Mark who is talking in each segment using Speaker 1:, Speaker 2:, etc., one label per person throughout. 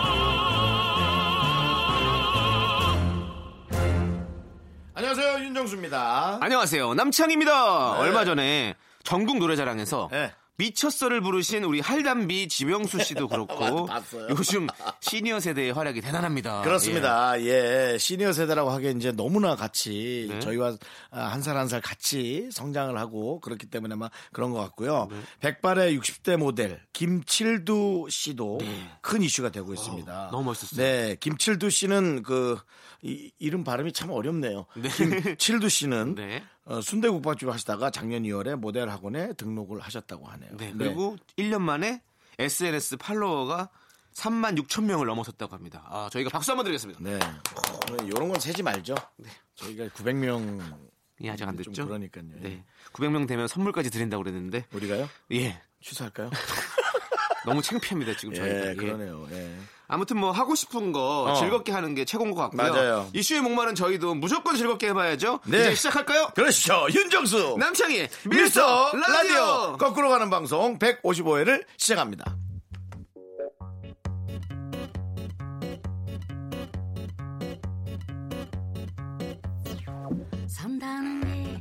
Speaker 1: 안녕하세요 윤정수입니다.
Speaker 2: 아, 안녕하세요. 남창입니다.
Speaker 1: 네.
Speaker 2: 얼마 전에 전국 노래자랑에서
Speaker 1: 네.
Speaker 2: 미쳤어를 부르신 우리 할담비 지명수 씨도 그렇고
Speaker 1: 맞- 봤어요.
Speaker 2: 요즘 시니어 세대의 활약이 대단합니다.
Speaker 1: 그렇습니다. 예. 시니어 세대라고 하기엔 이제 너무나 같이
Speaker 2: 네.
Speaker 1: 저희와 한 살 한 살 같이 성장을 하고 그렇기 때문에 아마 그런 것 같고요.
Speaker 2: 네.
Speaker 1: 백발의 60대 모델 김칠두 씨도 큰 이슈가 되고 있습니다.
Speaker 2: 네. 아, 너무 멋있었어요.
Speaker 1: 네. 김칠두 씨는 그 이, 이름 발음이 참 어렵네요. 김칠두 씨는 어,
Speaker 2: 네.
Speaker 1: 순대국밥집 하시다가 작년 2월에 모델 학원에 등록을 하셨다고 하네요.
Speaker 2: 네,
Speaker 1: 네.
Speaker 2: 그리고 1년 만에 SNS 팔로워가 3만 6천 명을 넘어섰다고 합니다. 아, 저희가 박수 한번 드리겠습니다.
Speaker 1: 네. 이런 건 세지 말죠. 저희가 900명
Speaker 2: 예, 네. 아직 안
Speaker 1: 좀
Speaker 2: 됐죠?
Speaker 1: 그러니까요.
Speaker 2: 네. 900명 되면 선물까지 드린다고 그랬는데.
Speaker 1: 우리가요?
Speaker 2: 예.
Speaker 1: 취소할까요?
Speaker 2: 너무 창피합니다, 지금 저희가.
Speaker 1: 예,
Speaker 2: 예.
Speaker 1: 그러네요. 예.
Speaker 2: 아무튼 뭐 하고 싶은 거
Speaker 1: 어.
Speaker 2: 즐겁게 하는 게 최고인 것 같고요.
Speaker 1: 맞아요.
Speaker 2: 이슈의 목마른 저희도 무조건 즐겁게 해봐야죠.
Speaker 1: 네.
Speaker 2: 이제 시작할까요?
Speaker 1: 그렇죠. 윤정수.
Speaker 2: 남창희
Speaker 1: 미스터 라디오. 거꾸로 가는 방송 155회를 시작합니다.
Speaker 3: 산다는 게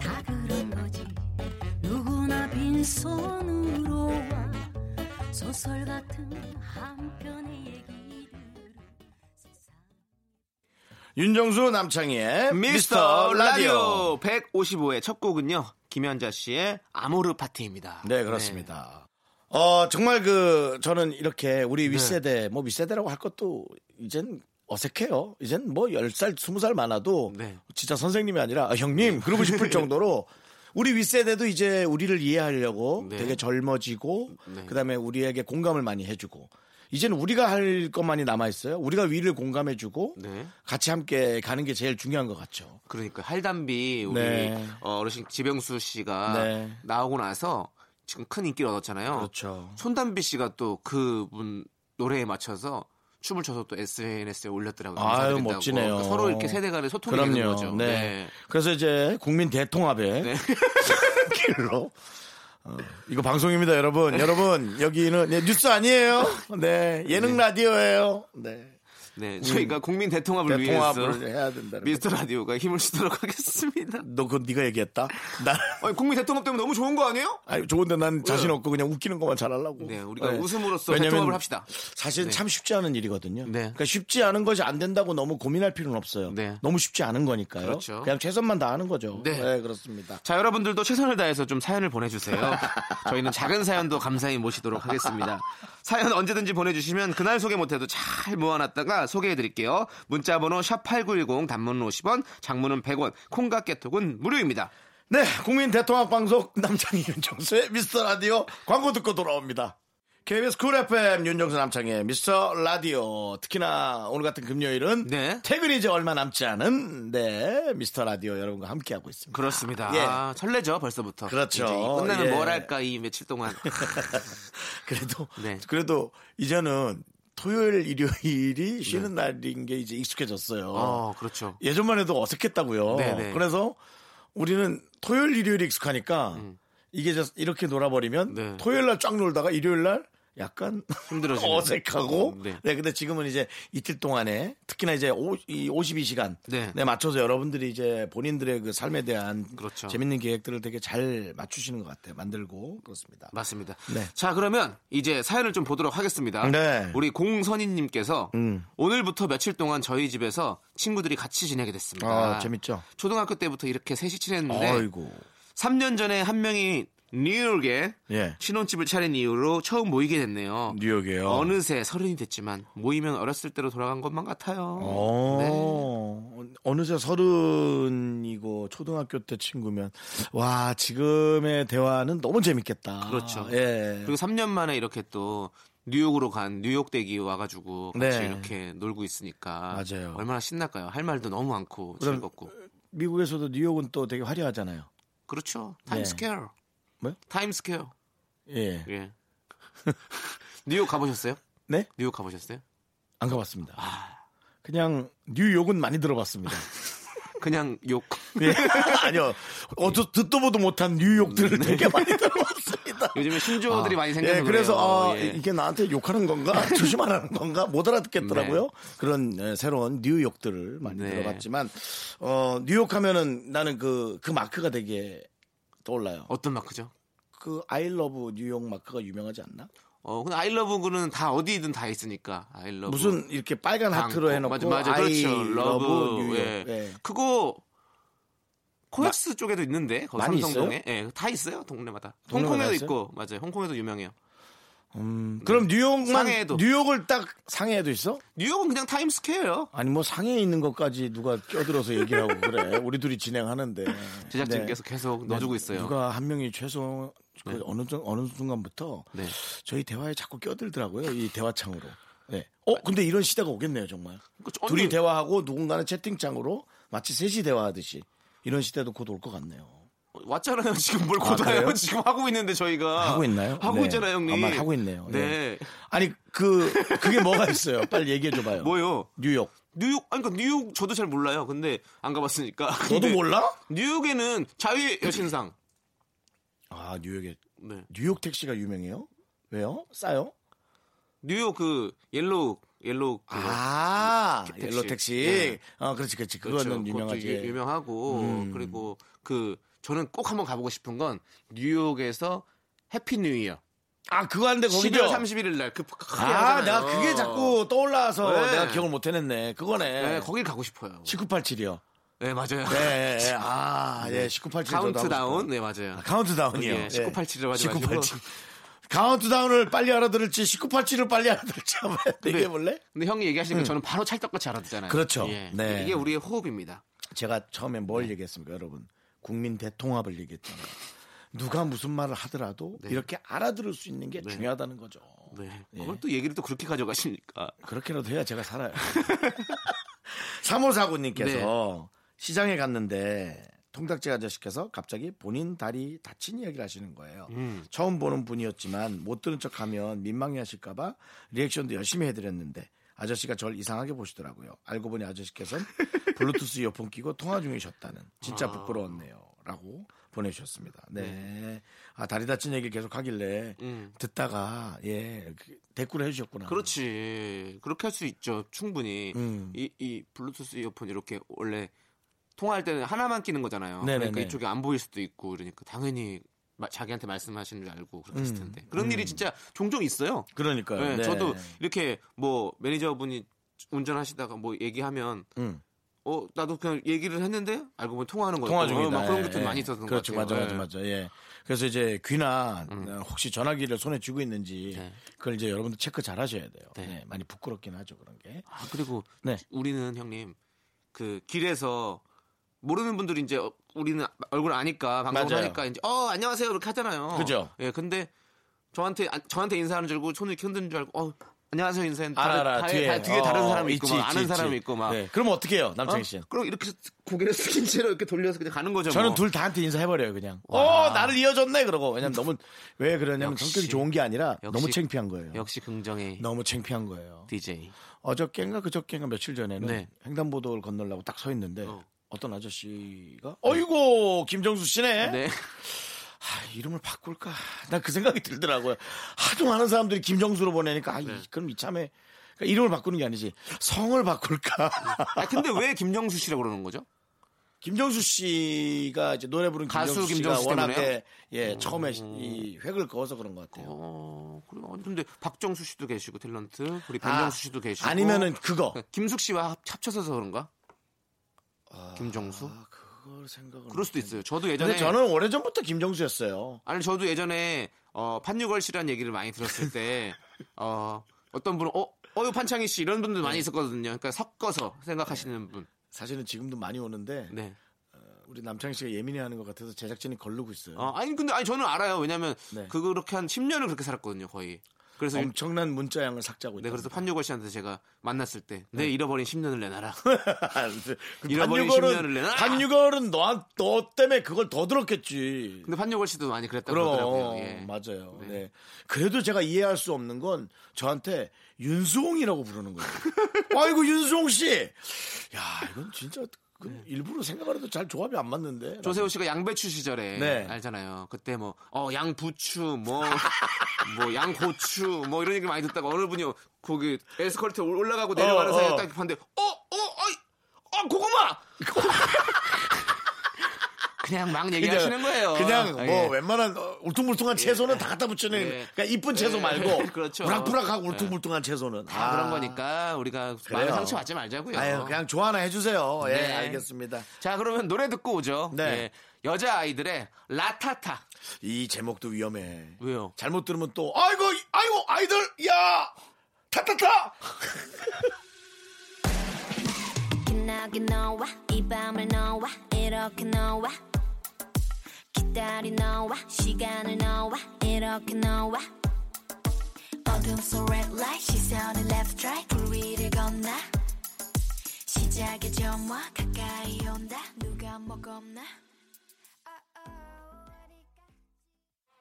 Speaker 3: 다 그런 거지 누구나 빈손으로 와 소설 같은 한 편의 얘기들 세상
Speaker 1: 윤정수 남창희의
Speaker 2: 미스터 라디오 155의 첫 곡은요. 김현자 씨의 아모르 파티입니다.
Speaker 1: 네, 그렇습니다. 어, 정말 그, 저는 이렇게 우리
Speaker 2: 네.
Speaker 1: 윗세대, 뭐 윗세대라고 할 것도 이젠 어색해요. 이젠 뭐 10살, 20살 많아도
Speaker 2: 네.
Speaker 1: 진짜 선생님이 아니라 아, 형님! 그러고 싶을 정도로 우리 윗세대도 이제 우리를 이해하려고
Speaker 2: 네.
Speaker 1: 되게 젊어지고
Speaker 2: 네.
Speaker 1: 그 다음에 우리에게 공감을 많이 해주고 이젠 우리가 할 것만이 남아있어요. 우리가 위를 공감해주고
Speaker 2: 네.
Speaker 1: 같이 함께 가는 게 제일 중요한 것 같죠.
Speaker 2: 그러니까 할담비 우리
Speaker 1: 네.
Speaker 2: 어, 어르신 지병수 씨가
Speaker 1: 네.
Speaker 2: 나오고 나서 지금 큰 인기를 얻었잖아요.
Speaker 1: 그렇죠.
Speaker 2: 손담비 씨가 또 그분 노래에 맞춰서 춤을 춰서 또 SNS에 올렸더라고요.
Speaker 1: 아유
Speaker 2: 감사드린다고.
Speaker 1: 멋지네요.
Speaker 2: 그러니까 서로 이렇게 세대 간의 소통이 되는
Speaker 1: 그럼요.
Speaker 2: 거죠.
Speaker 1: 네.
Speaker 2: 네.
Speaker 1: 그래서 이제 국민 대통합의 길로 어, 이거 방송입니다, 여러분. 여러분 여기는 네, 뉴스 아니에요. 네 예능 라디오예요. 네
Speaker 2: 네, 저희가 국민 대통합을
Speaker 1: 대통합을
Speaker 2: 위해서
Speaker 1: 해야 된다.
Speaker 2: 미스터 라디오가 힘을 쓰도록 하겠습니다.
Speaker 1: 너 그건 네가 얘기했다. 나
Speaker 2: 아니, 국민 대통합 때문에 너무 좋은 거 아니에요?
Speaker 1: 아니, 좋은데 난 자신 없고 그냥 웃기는 것만 잘하려고.
Speaker 2: 네, 우리가 웃음으로써
Speaker 1: 왜냐면
Speaker 2: 대통합을 합시다.
Speaker 1: 사실
Speaker 2: 네.
Speaker 1: 참 쉽지 않은 일이거든요.
Speaker 2: 네.
Speaker 1: 그러니까 쉽지 않은 것이 안 된다고 너무 고민할 필요는 없어요.
Speaker 2: 네.
Speaker 1: 너무 쉽지 않은 거니까요.
Speaker 2: 그렇죠.
Speaker 1: 냥 최선만 다하는 거죠.
Speaker 2: 네.
Speaker 1: 네 그렇습니다.
Speaker 2: 자, 여러분들도 최선을 다해서 좀 사연을 보내주세요. 저희는 작은 사연도 감사히 모시도록 하겠습니다. 사연 언제든지 보내주시면 그날 소개 못해도 잘 모아놨다가 소개해드릴게요. 문자번호 샵8910 단문은 50원, 장문은 100원, 콩과 깨톡은 무료입니다.
Speaker 1: 네, 국민 대통합 방송 남창희 윤정수의 미스터 라디오 광고 듣고 돌아옵니다. KBS 쿨 FM 윤정수 남창희 미스터 라디오 특히나 오늘 같은 금요일은
Speaker 2: 네.
Speaker 1: 퇴근이 이제 얼마 남지 않은 네 미스터 라디오 여러분과 함께 하고 있습니다.
Speaker 2: 그렇습니다.
Speaker 1: 예.
Speaker 2: 아, 설레죠, 벌써부터.
Speaker 1: 그렇죠.
Speaker 2: 이제 이 끝나면
Speaker 1: 예.
Speaker 2: 뭘 할까, 이 며칠 동안.
Speaker 1: 그래도
Speaker 2: 네.
Speaker 1: 그래도 이제는 토요일 일요일이 쉬는 날인 게 이제 익숙해졌어요.
Speaker 2: 어, 그렇죠.
Speaker 1: 예전만 해도 어색했다고요.
Speaker 2: 네네.
Speaker 1: 그래서 우리는 토요일 일요일이 익숙하니까 이게 이제 이렇게 놀아버리면
Speaker 2: 음. 네.
Speaker 1: 토요일 날 쫙 놀다가 일요일 날 약간
Speaker 2: 힘들어지는.
Speaker 1: 어색하고
Speaker 2: 네.
Speaker 1: 네. 근데 지금은 이제 이틀 동안에 특히나 이제 오, 이 52시간
Speaker 2: 네.
Speaker 1: 에 맞춰서 여러분들이 이제 본인들의 그 삶에 대한
Speaker 2: 그렇죠.
Speaker 1: 재밌는 계획들을 되게 잘 맞추시는 것 같아요. 만들고 그렇습니다.
Speaker 2: 맞습니다.
Speaker 1: 네.
Speaker 2: 자, 그러면 이제 사연을 좀 보도록 하겠습니다.
Speaker 1: 네.
Speaker 2: 우리 공선희님께서
Speaker 1: 음.
Speaker 2: 오늘부터 며칠 동안 저희 집에서 친구들이 같이 지내게 됐습니다.
Speaker 1: 아, 재밌죠?
Speaker 2: 초등학교 때부터 이렇게 셋이 친했는데
Speaker 1: 아이고
Speaker 2: 3년 전에 한 명이 뉴욕에
Speaker 1: 예.
Speaker 2: 신혼집을 차린 이후로 처음 모이게 됐네요.
Speaker 1: 뉴욕이요.
Speaker 2: 어느새 서른이 됐지만 모이면 어렸을 때로 돌아간 것만 같아요. 네.
Speaker 1: 어, 어느새 서른이고 초등학교 때 친구면 와 지금의 대화는 너무 재밌겠다.
Speaker 2: 그렇죠.
Speaker 1: 예.
Speaker 2: 그리고 3년 만에 이렇게 또 뉴욕으로 간 뉴욕 대기 와가지고 같이
Speaker 1: 네.
Speaker 2: 이렇게 놀고 있으니까
Speaker 1: 맞아요.
Speaker 2: 얼마나 신날까요? 할 말도 너무 많고
Speaker 1: 그럼
Speaker 2: 즐겁고
Speaker 1: 미국에서도 뉴욕은 또 되게 화려하잖아요.
Speaker 2: 그렇죠.
Speaker 1: 네.
Speaker 2: 타임스퀘어.
Speaker 1: 뭐요?
Speaker 2: 타임스퀘어.
Speaker 1: 예.
Speaker 2: 예. 뉴욕 가보셨어요?
Speaker 1: 네?
Speaker 2: 뉴욕 가보셨어요?
Speaker 1: 안 가봤습니다.
Speaker 2: 아.
Speaker 1: 그냥 뉴욕은 많이 들어봤습니다.
Speaker 2: 그냥 욕.
Speaker 1: 예. 아니요. 어쩌, 듣도 보도 못한 뉴욕들을
Speaker 2: 네.
Speaker 1: 되게 많이 들어봤습니다.
Speaker 2: 요즘에 신조어들이 많이 생겨서
Speaker 1: 예, 그래서
Speaker 2: 그래요.
Speaker 1: 아,
Speaker 2: 예.
Speaker 1: 이게 나한테 욕하는 건가 조심하라는 건가 못 알아듣겠더라고요. 그런 예, 새로운 뉴욕들을 많이
Speaker 2: 네.
Speaker 1: 들어봤지만 어, 뉴욕 하면은 나는 그 그 마크가 되게 떠올라요.
Speaker 2: 어떤 마크죠?
Speaker 1: 그 아이러브 뉴욕 마크가 유명하지 않나?
Speaker 2: 어, 근데 아이러브는 다 어디든 다 있으니까. 아이러브.
Speaker 1: 무슨 이렇게 빨간 하트로
Speaker 2: 방콕. 뭐,
Speaker 1: 해놓고
Speaker 2: 맞아, 맞아.
Speaker 1: I
Speaker 2: 그렇죠.
Speaker 1: love
Speaker 2: 러브.
Speaker 1: 뉴욕.
Speaker 2: 예.
Speaker 1: 예.
Speaker 2: 그거 코엑스 쪽에도 있는데 거기
Speaker 1: 많이
Speaker 2: 삼성동에 예, 다 있어요 동네마다.
Speaker 1: 동네마다
Speaker 2: 홍콩에도
Speaker 1: 있어요?
Speaker 2: 있고 맞아요. 홍콩에도 유명해요.
Speaker 1: 음, 그럼 뉴욕만
Speaker 2: 상해에도.
Speaker 1: 뉴욕을 딱 상해에도 있어?
Speaker 2: 뉴욕은 그냥 타임스퀘어예요.
Speaker 1: 아니 뭐 상해에 있는 것까지 누가 껴들어서 얘기를 하고 그래. 우리 둘이 진행하는데
Speaker 2: 제작진께서 계속 넣어주고 있어요.
Speaker 1: 네. 누가 한 명이 최소 그 어느 정- 어느 순간부터
Speaker 2: 네.
Speaker 1: 저희 대화에 자꾸 껴들더라고요. 이 대화창으로. 네. 어 근데 이런 시대가 오겠네요 정말.
Speaker 2: 그러니까
Speaker 1: 둘이
Speaker 2: 언니-
Speaker 1: 대화하고 누군가는 채팅창으로 마치 셋이 대화하듯이 이런 시대도 곧 올 것 같네요.
Speaker 2: 왔잖아요. 지금 뭘 고다요?
Speaker 1: 그래요?
Speaker 2: 지금 하고 있는데 저희가
Speaker 1: 하고 있나요?
Speaker 2: 하고
Speaker 1: 네.
Speaker 2: 있잖아요, 형님.
Speaker 1: 아마 하고 있네요.
Speaker 2: 네.
Speaker 1: 아니 그 그게 뭐가 있어요? 빨리 얘기해 줘봐요.
Speaker 2: 뭐요?
Speaker 1: 뉴욕.
Speaker 2: 뉴욕 아니 그러니까 뉴욕 저도 잘 몰라요. 근데 안 가봤으니까.
Speaker 1: 너도
Speaker 2: 근데
Speaker 1: 몰라?
Speaker 2: 뉴욕에는 자유의 여신상.
Speaker 1: 아 뉴욕에
Speaker 2: 네.
Speaker 1: 뉴욕 택시가 유명해요? 왜요? 싸요?
Speaker 2: 뉴욕 그 옐로우 옐로우 그
Speaker 1: 아,
Speaker 2: 택시.
Speaker 1: 옐로 택시.
Speaker 2: 네. 그렇죠.
Speaker 1: 아, 그렇지, 그렇지. 그거는
Speaker 2: 그것도
Speaker 1: 유명하지. 음.
Speaker 2: 유- 유명하고 그리고 그 저는 꼭 한번 가보고 싶은 건 뉴욕에서 해피 뉴 이어.
Speaker 1: 아, 그거 한데 거기죠.
Speaker 2: 12월 31일 날그
Speaker 1: 아, 내가 그게 자꾸 떠올라서
Speaker 2: 네.
Speaker 1: 내가 기억을 못 해냈네. 그거네.
Speaker 2: 네, 거길 가고 싶어요.
Speaker 1: 1987이요.
Speaker 2: 네, 맞아요. 네.
Speaker 1: 예, 예, 예. 아, 예, 1987. 저도 하고
Speaker 2: 카운트다운.
Speaker 1: 싶어요.
Speaker 2: 네, 맞아요.
Speaker 1: 아, 카운트다운이요.
Speaker 2: 예, 1987 맞아가지고.
Speaker 1: 1987. 카운트다운을 빨리 알아들을지 1987을 빨리 알아들을지 한번 얘기해 볼래?
Speaker 2: 근데 형이 얘기하시니까 저는 바로 찰떡같이 알아듣잖아요.
Speaker 1: 음. 그렇죠.
Speaker 2: 예.
Speaker 1: 네.
Speaker 2: 이게 우리의 호흡입니다.
Speaker 1: 제가 처음에 뭘 얘기했습니까, 여러분? 국민 대통합을 얘기했잖아요. 누가 무슨 말을 하더라도 이렇게 알아들을 수 있는 게 중요하다는 거죠.
Speaker 2: 네.
Speaker 1: 예.
Speaker 2: 그걸 또 얘기를 또 그렇게 가져가시니까.
Speaker 1: 그렇게라도 해야 제가 살아요. 3549님께서 시장에 갔는데 통닭집 아저씨께서 갑자기 본인 다리 다친 이야기를 하시는 거예요. 처음 보는 분이었지만 못 들은 척 하면 민망해 하실까봐 리액션도 열심히 해드렸는데 아저씨가 절 이상하게 보시더라고요. 알고 보니 아저씨께서는 블루투스 이어폰 끼고 통화 중이셨다는 진짜 부끄러웠네요. 라고 보내주셨습니다. 아. 네. 아, 다리 다친 얘기를 계속 하길래 듣다가 예, 그 댓글을 해주셨구나.
Speaker 2: 아. 그렇지. 그렇게 할 수 있죠. 충분히.
Speaker 1: 음.
Speaker 2: 이, 이 블루투스 이어폰 이렇게 원래 통화할 때는 하나만 끼는 거잖아요.
Speaker 1: 네네네.
Speaker 2: 그러니까 이쪽이 안 보일 수도 있고 그러니까 당연히 마- 자기한테 말씀하시는 줄 알고 그렇게 했을 텐데. 그런 일이 진짜 종종 있어요.
Speaker 1: 그러니까요.
Speaker 2: 네,
Speaker 1: 음. 네.
Speaker 2: 저도 이렇게 뭐 매니저분이 운전하시다가 뭐 얘기하면
Speaker 1: 음.
Speaker 2: 어 나도 그냥 얘기를 했는데 알고 보면 통화하는 거예요.
Speaker 1: 통화
Speaker 2: 어,
Speaker 1: 중이다.
Speaker 2: 막뭐 그런 것도
Speaker 1: 예,
Speaker 2: 많이
Speaker 1: 예.
Speaker 2: 있었던
Speaker 1: 그렇죠,
Speaker 2: 것 같아요. 네. 음.
Speaker 1: 맞아, 맞아, 맞아. 예. 그래서 이제 귀나 어, 혹시 전화기를 손에 쥐고 있는지
Speaker 2: 네.
Speaker 1: 그걸 이제 여러분들 체크 잘 하셔야 돼요.
Speaker 2: 네.
Speaker 1: 네, 많이 부끄럽긴 하죠 그런 게.
Speaker 2: 아, 그리고
Speaker 1: 네.
Speaker 2: 우리는 형님 그 길에서 모르는 분들이 이제 어, 우리는 얼굴 아니까 방송을
Speaker 1: 맞아요.
Speaker 2: 하니까 이제 어 안녕하세요 이렇게 하잖아요.
Speaker 1: 그죠.
Speaker 2: 예, 근데 저한테 아, 저한테 인사하는 줄 알고 손을 이렇게 흔드는 줄 알고 어 안녕하세요 인사했는데
Speaker 1: 알아,
Speaker 2: 다른-
Speaker 1: 알아.
Speaker 2: 다-
Speaker 1: 뒤에,
Speaker 2: 다- 뒤에 다른
Speaker 1: 어,
Speaker 2: 사람이 있고
Speaker 1: 있지,
Speaker 2: 막
Speaker 1: 있지,
Speaker 2: 아는
Speaker 1: 있지.
Speaker 2: 사람이 있고 막
Speaker 1: 네. 그럼 어떻게 해요, 남창희 씨?
Speaker 2: 어? 그럼 이렇게 고개를 숙인 채로 이렇게 돌려서 그냥 가는 거죠.
Speaker 1: 저는
Speaker 2: 뭐.
Speaker 1: 둘 다한테 인사해버려요 그냥.
Speaker 2: 와.
Speaker 1: 어, 나를 이어줬네 그러고. 왜냐면 너무 왜 그러냐면
Speaker 2: 역시.
Speaker 1: 성격이 좋은 게 아니라
Speaker 2: 역시-
Speaker 1: 너무 창피한 거예요.
Speaker 2: 역시 긍정의
Speaker 1: 너무 창피한 거예요.
Speaker 2: DJ.
Speaker 1: 어저께인가 그저께인가 며칠 전에는
Speaker 2: 네.
Speaker 1: 횡단보도를 건너려고 딱 서 있는데
Speaker 2: 어.
Speaker 1: 어. 떤 아저씨가 어이구 김정수 씨네.
Speaker 2: 네.
Speaker 1: 아, 이름을 바꿀까? 난 그 생각이 들더라고요. 하도 많은 사람들이 김정수로 보내니까 아,
Speaker 2: 네.
Speaker 1: 이- 그럼 이참에 그러니까 이름을 바꾸는 게 아니지 성을 바꿀까?
Speaker 2: 아 근데 왜 김정수 씨라고 그러는 거죠?
Speaker 1: 김정수 씨가 이제 노래 부른
Speaker 2: 가수
Speaker 1: 김정수 씨가
Speaker 2: 김정수 때문에요?
Speaker 1: 워낙에 예 처음에 이 획을 그어서 그런 것 같아요.
Speaker 2: 어, 그래요. 아니, 근데 박정수 씨도 계시고 탤런트, 우리
Speaker 1: 아,
Speaker 2: 박정수 씨도 계시고.
Speaker 1: 아니면은 그거
Speaker 2: 그러니까 김숙 씨와 합- 합쳐서 그런가? 김정수?
Speaker 1: 아, 그걸 생각을
Speaker 2: 그럴 수도
Speaker 1: 못 했네.
Speaker 2: 있어요. 저도 예전에
Speaker 1: 근데 저는 오래 전부터 김정수였어요.
Speaker 2: 아니 저도 예전에 어, 판유걸 씨라는 얘기를 많이 들었을 때 어, 어떤 분은 어, 어유 판창희 씨 이런 분들
Speaker 1: 네.
Speaker 2: 많이 있었거든요. 그러니까 섞어서 생각하시는 분.
Speaker 1: 사실은 지금도 많이 오는데
Speaker 2: 네.
Speaker 1: 우리 남창희 씨가 예민해하는 것 같아서 제작진이 걸르고 있어요.
Speaker 2: 아, 어, 아니 근데 아니 저는 알아요. 왜냐면
Speaker 1: 네.
Speaker 2: 그 그렇게 한 10년을 그렇게 살았거든요, 거의. 그래서 유-
Speaker 1: 엄청난 문자 양을 삭제하고 있다. 네.
Speaker 2: 네, 그래서 판유걸 씨한테 제가 만났을 때 내 잃어버린 10년을 내놔라. 잃어버린 10년을
Speaker 1: 그 반유걸은
Speaker 2: 내놔?
Speaker 1: 반유걸은 너한 너 때문에 그걸 더 들었겠지.
Speaker 2: 근데 판유걸 씨도 많이 네, 그랬다고
Speaker 1: 그럼
Speaker 2: 그러더라고요. 예.
Speaker 1: 맞아요. 네.
Speaker 2: 네.
Speaker 1: 그래도 제가 이해할 수 없는 건 저한테 윤수홍이라고 부르는 거예요. 아이고 윤수홍 씨. 야 이건 진짜 그 일부러 생각하라도 잘 조합이 안 맞는데.
Speaker 2: 조세호 씨가 양배추 시절에
Speaker 1: 네.
Speaker 2: 알잖아요. 그때 뭐, 어, 양부추, 뭐, 뭐, 양고추, 뭐 이런 얘기 많이 듣다가 어느 분이 거기 에스컬레이터 올라가고 내려가는
Speaker 1: 어,
Speaker 2: 사이에
Speaker 1: 어.
Speaker 2: 딱 봤는데, 어, 어, 어이, 어, 고구마! 그냥 막 얘기하시는 거예요.
Speaker 1: 그냥 뭐
Speaker 2: 아, 예.
Speaker 1: 웬만한 어, 울퉁불퉁한 채소는 다 갖다 붙이는
Speaker 2: 예.
Speaker 1: 그러니까 이쁜 채소
Speaker 2: 예.
Speaker 1: 말고
Speaker 2: 그렇죠.
Speaker 1: 부락부락하고 울퉁불퉁한 채소는
Speaker 2: 다
Speaker 1: 아.
Speaker 2: 그런 거니까 우리가
Speaker 1: 그래요.
Speaker 2: 마음 상처 받지 말자고요.
Speaker 1: 아유 그냥 좋아 하나 해주세요. 예
Speaker 2: 네.
Speaker 1: 알겠습니다.
Speaker 2: 자, 그러면 노래 듣고 오죠.
Speaker 1: 네.
Speaker 2: 예. 여자 아이들의 라타타.
Speaker 1: 이 제목도 위험해.
Speaker 2: 왜요?
Speaker 1: 잘못 들으면 또 아이고 아이고 아이들 야 타타타
Speaker 3: 빛나게 너와 이 밤을 너와 이렇게 너와 기다린 너와 시간을 너와 이렇게 너와 어둠 속 red light 시선을 left right 불 위를 건너 시작의 점화 가까이 온다 누가 먹었나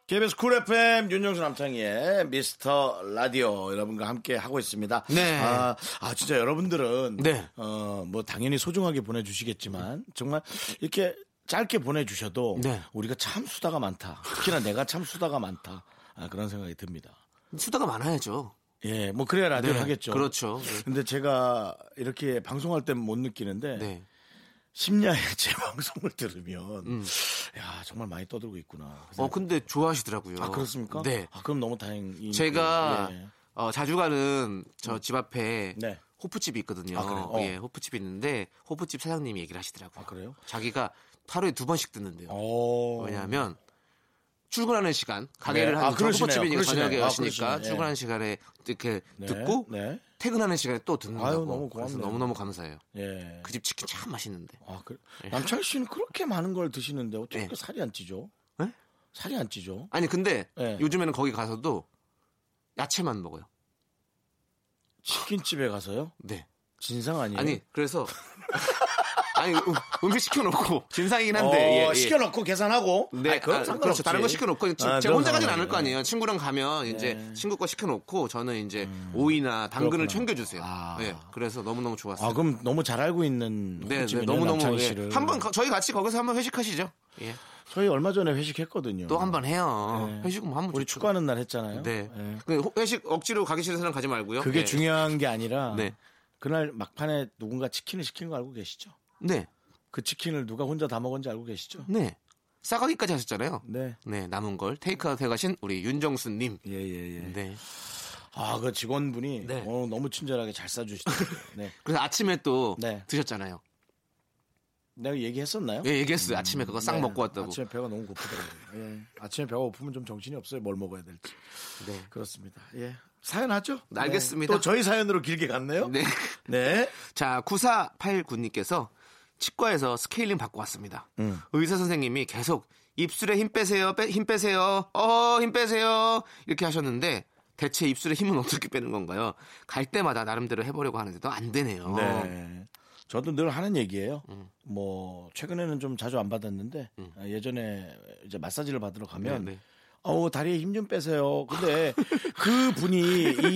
Speaker 1: KBS 쿨 FM 윤정수 남창희의 미스터 라디오 여러분과 함께 하고 있습니다.
Speaker 2: 네.
Speaker 1: 아, 아, 진짜 여러분들은
Speaker 2: 네.
Speaker 1: 어, 뭐 당연히 소중하게 보내주시겠지만 정말 이렇게 짧게 보내주셔도
Speaker 2: 네.
Speaker 1: 우리가 참 수다가 많다. 특히나 내가 참 수다가 많다. 아, 그런 생각이 듭니다.
Speaker 2: 수다가 많아야죠.
Speaker 1: 예, 뭐 그래야 라디오
Speaker 2: 네,
Speaker 1: 하겠죠.
Speaker 2: 그렇죠. 네.
Speaker 1: 근데 제가 이렇게 방송할 땐 못 느끼는데
Speaker 2: 네.
Speaker 1: 심야에 제 방송을 들으면 야 정말 많이 떠들고 있구나.
Speaker 2: 음. 어, 근데 좋아하시더라고요.
Speaker 1: 아 그렇습니까?
Speaker 2: 네.
Speaker 1: 아, 그럼 너무 다행이.
Speaker 2: 제가
Speaker 1: 예.
Speaker 2: 어, 자주 가는 저 집 앞에
Speaker 1: 네.
Speaker 2: 호프집이 있거든요.
Speaker 1: 아, 그래요? 어.
Speaker 2: 예, 호프집이 있는데 호프집 사장님이 얘기를 하시더라고요.
Speaker 1: 아, 그래요?
Speaker 2: 자기가 하루에 두 번씩 듣는데요.
Speaker 1: 어.
Speaker 2: 왜냐하면 출근하는 시간 가게를
Speaker 1: 네.
Speaker 2: 한
Speaker 1: 아,
Speaker 2: 저
Speaker 1: 그러시네요.
Speaker 2: 호프집이니까
Speaker 1: 그러시네요.
Speaker 2: 저녁에
Speaker 1: 아,
Speaker 2: 가시니까
Speaker 1: 그러시네. 예.
Speaker 2: 출근하는 시간에 이렇게
Speaker 1: 네.
Speaker 2: 듣고
Speaker 1: 네.
Speaker 2: 퇴근하는 시간에 또
Speaker 1: 아유,
Speaker 2: 듣는다고
Speaker 1: 너무
Speaker 2: 그래서
Speaker 1: 고맙네요.
Speaker 2: 너무너무 감사해요.
Speaker 1: 예.
Speaker 2: 그 집 치킨 참 맛있는데.
Speaker 1: 아 그.
Speaker 2: 예.
Speaker 1: 남철 씨는 그렇게 많은 걸 드시는데 어떻게
Speaker 2: 네.
Speaker 1: 이렇게 살이 안 찌죠?
Speaker 2: 네?
Speaker 1: 살이 안 찌죠?
Speaker 2: 아니 근데
Speaker 1: 네.
Speaker 2: 요즘에는 거기 가서도 야채만 먹어요.
Speaker 1: 치킨집에 가서요?
Speaker 2: 네.
Speaker 1: 진상 아니에요?
Speaker 2: 아니 그래서 아니 음, 음식 시켜놓고 진상이긴
Speaker 1: 어,
Speaker 2: 한데 예, 예.
Speaker 1: 시켜놓고 계산하고.
Speaker 2: 네,
Speaker 1: 아니, 그건
Speaker 2: 아,
Speaker 1: 상관없지.
Speaker 2: 그렇죠. 다른 거 시켜놓고 지-
Speaker 1: 아,
Speaker 2: 제가 혼자
Speaker 1: 그런
Speaker 2: 가진 않을 거
Speaker 1: 상관이에요.
Speaker 2: 아니에요. 친구랑 가면 이제
Speaker 1: 네.
Speaker 2: 친구 거 시켜놓고 저는 이제 오이나
Speaker 1: 음,
Speaker 2: 당근을
Speaker 1: 그렇구나.
Speaker 2: 챙겨주세요.
Speaker 1: 아.
Speaker 2: 예, 그래서 너무 너무 좋았어요.
Speaker 1: 아 그럼 너무 잘 알고 있는
Speaker 2: 네, 네,
Speaker 1: 호프집이네요,
Speaker 2: 너무 너무
Speaker 1: 남창희
Speaker 2: 예.
Speaker 1: 씨를.
Speaker 2: 한번 거- 저희 같이 거기서 한번 회식하시죠. 예,
Speaker 1: 저희 얼마 전에 회식했거든요.
Speaker 2: 또 한 번 해요.
Speaker 1: 네.
Speaker 2: 회식은 뭐 한번
Speaker 1: 음. 우리
Speaker 2: 좋죠.
Speaker 1: 축구하는 날 했잖아요.
Speaker 2: 네,
Speaker 1: 예.
Speaker 2: 근데 호- 회식 억지로 가기 싫은 사람 가지 말고요.
Speaker 1: 그게
Speaker 2: 예.
Speaker 1: 중요한 게 아니라
Speaker 2: 네.
Speaker 1: 그날 막판에 누군가 치킨을 시킨 거 알고 계시죠?
Speaker 2: 네,
Speaker 1: 그 치킨을 누가 혼자 다 먹은지 알고 계시죠?
Speaker 2: 네, 싸가기까지 하셨잖아요.
Speaker 1: 네.
Speaker 2: 네, 남은 걸 테이크아웃 해가신 우리 윤정수님.
Speaker 1: 예, 예, 예.
Speaker 2: 네.
Speaker 1: 아, 그 직원분이
Speaker 2: 네.
Speaker 1: 어, 너무 친절하게 잘 싸주시더라고요. 네.
Speaker 2: 그래서 아침에 또
Speaker 1: 네.
Speaker 2: 드셨잖아요.
Speaker 1: 내가 얘기했었나요?
Speaker 2: 예, 얘기했어요. 아침에 그거 싹
Speaker 1: 네.
Speaker 2: 먹고 왔다고.
Speaker 1: 아침에 배가 너무 고프더라고요. 예. 아침에 배가 고프면 좀 정신이 없어요. 뭘 먹어야 될지.
Speaker 2: 네.
Speaker 1: 그렇습니다. 예. 사연 하죠?
Speaker 2: 네, 알겠습니다.
Speaker 1: 또 저희 사연으로 길게 갔네요.
Speaker 2: 네.
Speaker 1: 네.
Speaker 2: 자, 9489님께서 치과에서 스케일링 받고 왔습니다.
Speaker 1: 음.
Speaker 2: 의사 선생님이 계속 입술에 힘 빼세요, 빼, 힘 빼세요, 어, 힘 빼세요 이렇게 하셨는데 대체 입술에 힘은 어떻게 빼는 건가요? 갈 때마다 나름대로 해보려고 하는데도 안 되네요.
Speaker 1: 네. 저도 늘 하는 얘기예요. 뭐 최근에는 좀 자주 안 받았는데 아, 예전에 이제 마사지를 받으러 가면
Speaker 2: 음. 네, 네.
Speaker 1: 어우 다리에 힘 좀 빼세요. 근데 그 분이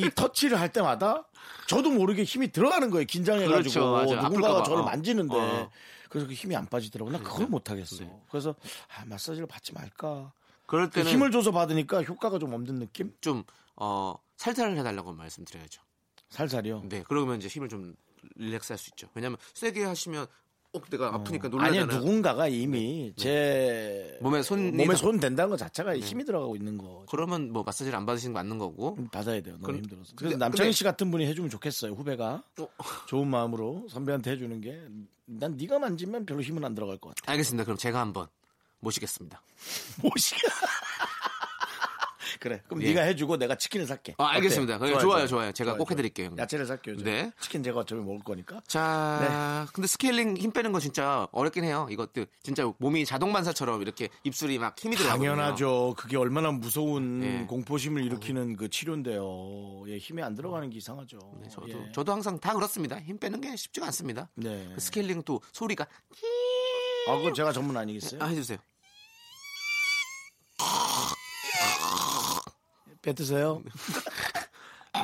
Speaker 1: 이 터치를 할 때마다 저도 모르게 힘이 들어가는 거예요. 긴장해가지고
Speaker 2: 그렇죠. 맞아요. 아플까
Speaker 1: 누군가가
Speaker 2: 봐.
Speaker 1: 저를
Speaker 2: 어.
Speaker 1: 만지는데
Speaker 2: 어. 네.
Speaker 1: 그래서 그 힘이 안 빠지더라고. 나 그걸 못 하겠어. 그래서 아, 마사지를 받지 말까.
Speaker 2: 그럴
Speaker 1: 그
Speaker 2: 때는
Speaker 1: 힘을 줘서 받으니까 효과가 좀 없는 느낌?
Speaker 2: 좀 어, 살살 해달라고 말씀드려야죠.
Speaker 1: 살살이요.
Speaker 2: 네, 그러면 이제 힘을 좀 릴렉스할 수 있죠. 왜냐하면 세게 하시면 꼭 내가 아프니까
Speaker 1: 어. 아니
Speaker 2: 놀라잖아요. 네.
Speaker 1: 누군가가 이미 제
Speaker 2: 몸에 손이 네.
Speaker 1: 몸에
Speaker 2: 닿-
Speaker 1: 손 댄다는 것 자체가 힘이 들어가고 있는 거
Speaker 2: 그러면 뭐 마사지를 안 받으시는 거 맞는 거고.
Speaker 1: 받아야 돼요. 너무
Speaker 2: 그럼-
Speaker 1: 힘들어서. 그래서
Speaker 2: 근데-
Speaker 1: 남창희
Speaker 2: 근데-
Speaker 1: 씨 같은 분이 해주면 좋겠어요. 후배가
Speaker 2: 어,
Speaker 1: 좋은 마음으로 선배한테 해주는 게 난 네가 만지면 별로 힘은 안 들어갈 것 같아.
Speaker 2: 알겠습니다. 그럼 제가 한번 모시겠습니다.
Speaker 1: 모시가 그래. 그럼
Speaker 2: 뭐 예.
Speaker 1: 네가 해주고 내가 치킨을 살게.
Speaker 2: 아, 알겠습니다.
Speaker 1: 어때?
Speaker 2: 그래, 좋아요, 좋아요. 제가 꼭 해드릴게요, 형님.
Speaker 1: 야채를 살게요. 저는.
Speaker 2: 네.
Speaker 1: 치킨 제가 어차피 먹을 거니까. 네.
Speaker 2: 자, 근데 스케일링 힘 빼는 거 진짜 어렵긴 해요. 이것도 진짜 몸이 자동 반사처럼 이렇게 입술이 막 힘이 들어요.
Speaker 1: 당연하죠. 그게 얼마나 무서운
Speaker 2: 예.
Speaker 1: 공포심을 일으키는 그 치료인데요. 예, 힘이 안 들어가는 게 이상하죠.
Speaker 2: 네, 저도
Speaker 1: 예.
Speaker 2: 저도 항상 다 그렇습니다. 힘 빼는 게 쉽지가 않습니다.
Speaker 1: 네.
Speaker 2: 그 스케일링 또 소리가
Speaker 1: 아, 그건 제가 전문 아니겠어요?
Speaker 2: 아, 해주세요.
Speaker 1: 뱉으세요. 네,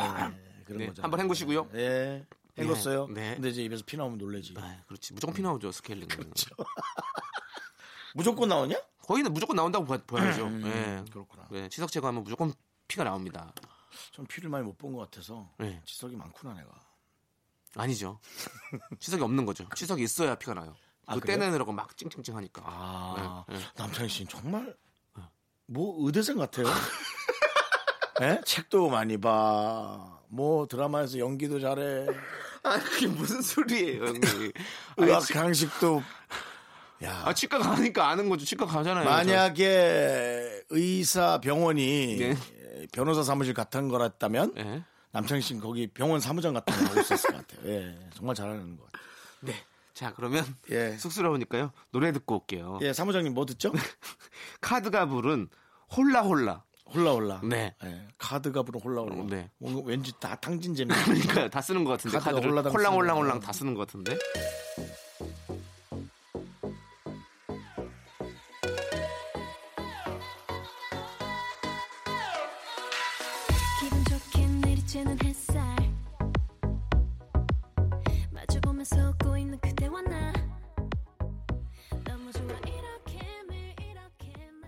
Speaker 1: 그런
Speaker 2: 네,
Speaker 1: 거죠.
Speaker 2: 한번 헹구시고요.
Speaker 1: 예. 헹궜어요.
Speaker 2: 네.
Speaker 1: 근데 이제 입에서 피 나오면 놀래지.
Speaker 2: 아,
Speaker 1: 음.
Speaker 2: 그렇지 무조건 피 나오죠 스케일링.
Speaker 1: 그렇죠. 무조건 나오냐?
Speaker 2: 거의는 무조건 나온다고 봐- 봐야죠. 예.
Speaker 1: 음, 그렇구나.
Speaker 2: 네, 치석 제거하면 무조건 피가 나옵니다.
Speaker 1: 전 피를 많이 못 본 것 같아서
Speaker 2: 네.
Speaker 1: 지석이 많구나 내가.
Speaker 2: 아니죠. 치석이 없는 거죠. 치석이 있어야 피가 나요.
Speaker 1: 아,
Speaker 2: 그
Speaker 1: 그래요?
Speaker 2: 떼내느라고 막 찡찡찡 하니까.
Speaker 1: 아
Speaker 2: 네, 네.
Speaker 1: 남창희 씨는 정말 뭐 의대생 같아요. 예? 책도 많이 봐. 뭐 드라마에서 연기도 잘해.
Speaker 2: 아, 그게 무슨 소리예요, 형님.
Speaker 1: 의학
Speaker 2: 아, 치-
Speaker 1: 강식도. 야
Speaker 2: 아, 치과 가니까 아는 거죠. 치과 가잖아요.
Speaker 1: 만약에 의사 병원이
Speaker 2: 네.
Speaker 1: 변호사 사무실 같은 거랬다면
Speaker 2: 저. 예.
Speaker 1: 남창희 씨는 거기 병원 사무장 같은 거 하고 있었을 것 같아요. 예, 정말 잘하는 것 같아요.
Speaker 2: 네. 자, 그러면
Speaker 1: 예.
Speaker 2: 쑥스러우니까요. 노래 듣고 올게요.
Speaker 1: 예, 사무장님 뭐 듣죠?
Speaker 2: 카드가 부른 홀라 홀라.
Speaker 1: 홀라홀라.
Speaker 2: 네.
Speaker 1: 예, 카드가 부른 홀라홀라.
Speaker 2: 네.
Speaker 1: 뭔가 왠지 다 탕진 재미.
Speaker 2: 그러니까 다 쓰는 것 같은데
Speaker 1: 카드가
Speaker 2: 카드를
Speaker 1: 홀라당
Speaker 2: 홀랑 홀랑
Speaker 1: 쓰는
Speaker 2: 홀랑
Speaker 1: 거.
Speaker 2: 다 쓰는 것 같은데.
Speaker 3: 기분 좋게 내리쬐는 햇살 마주보면서 웃고 있는 그대와 나 너무 좋아 이렇게 매일 이렇게만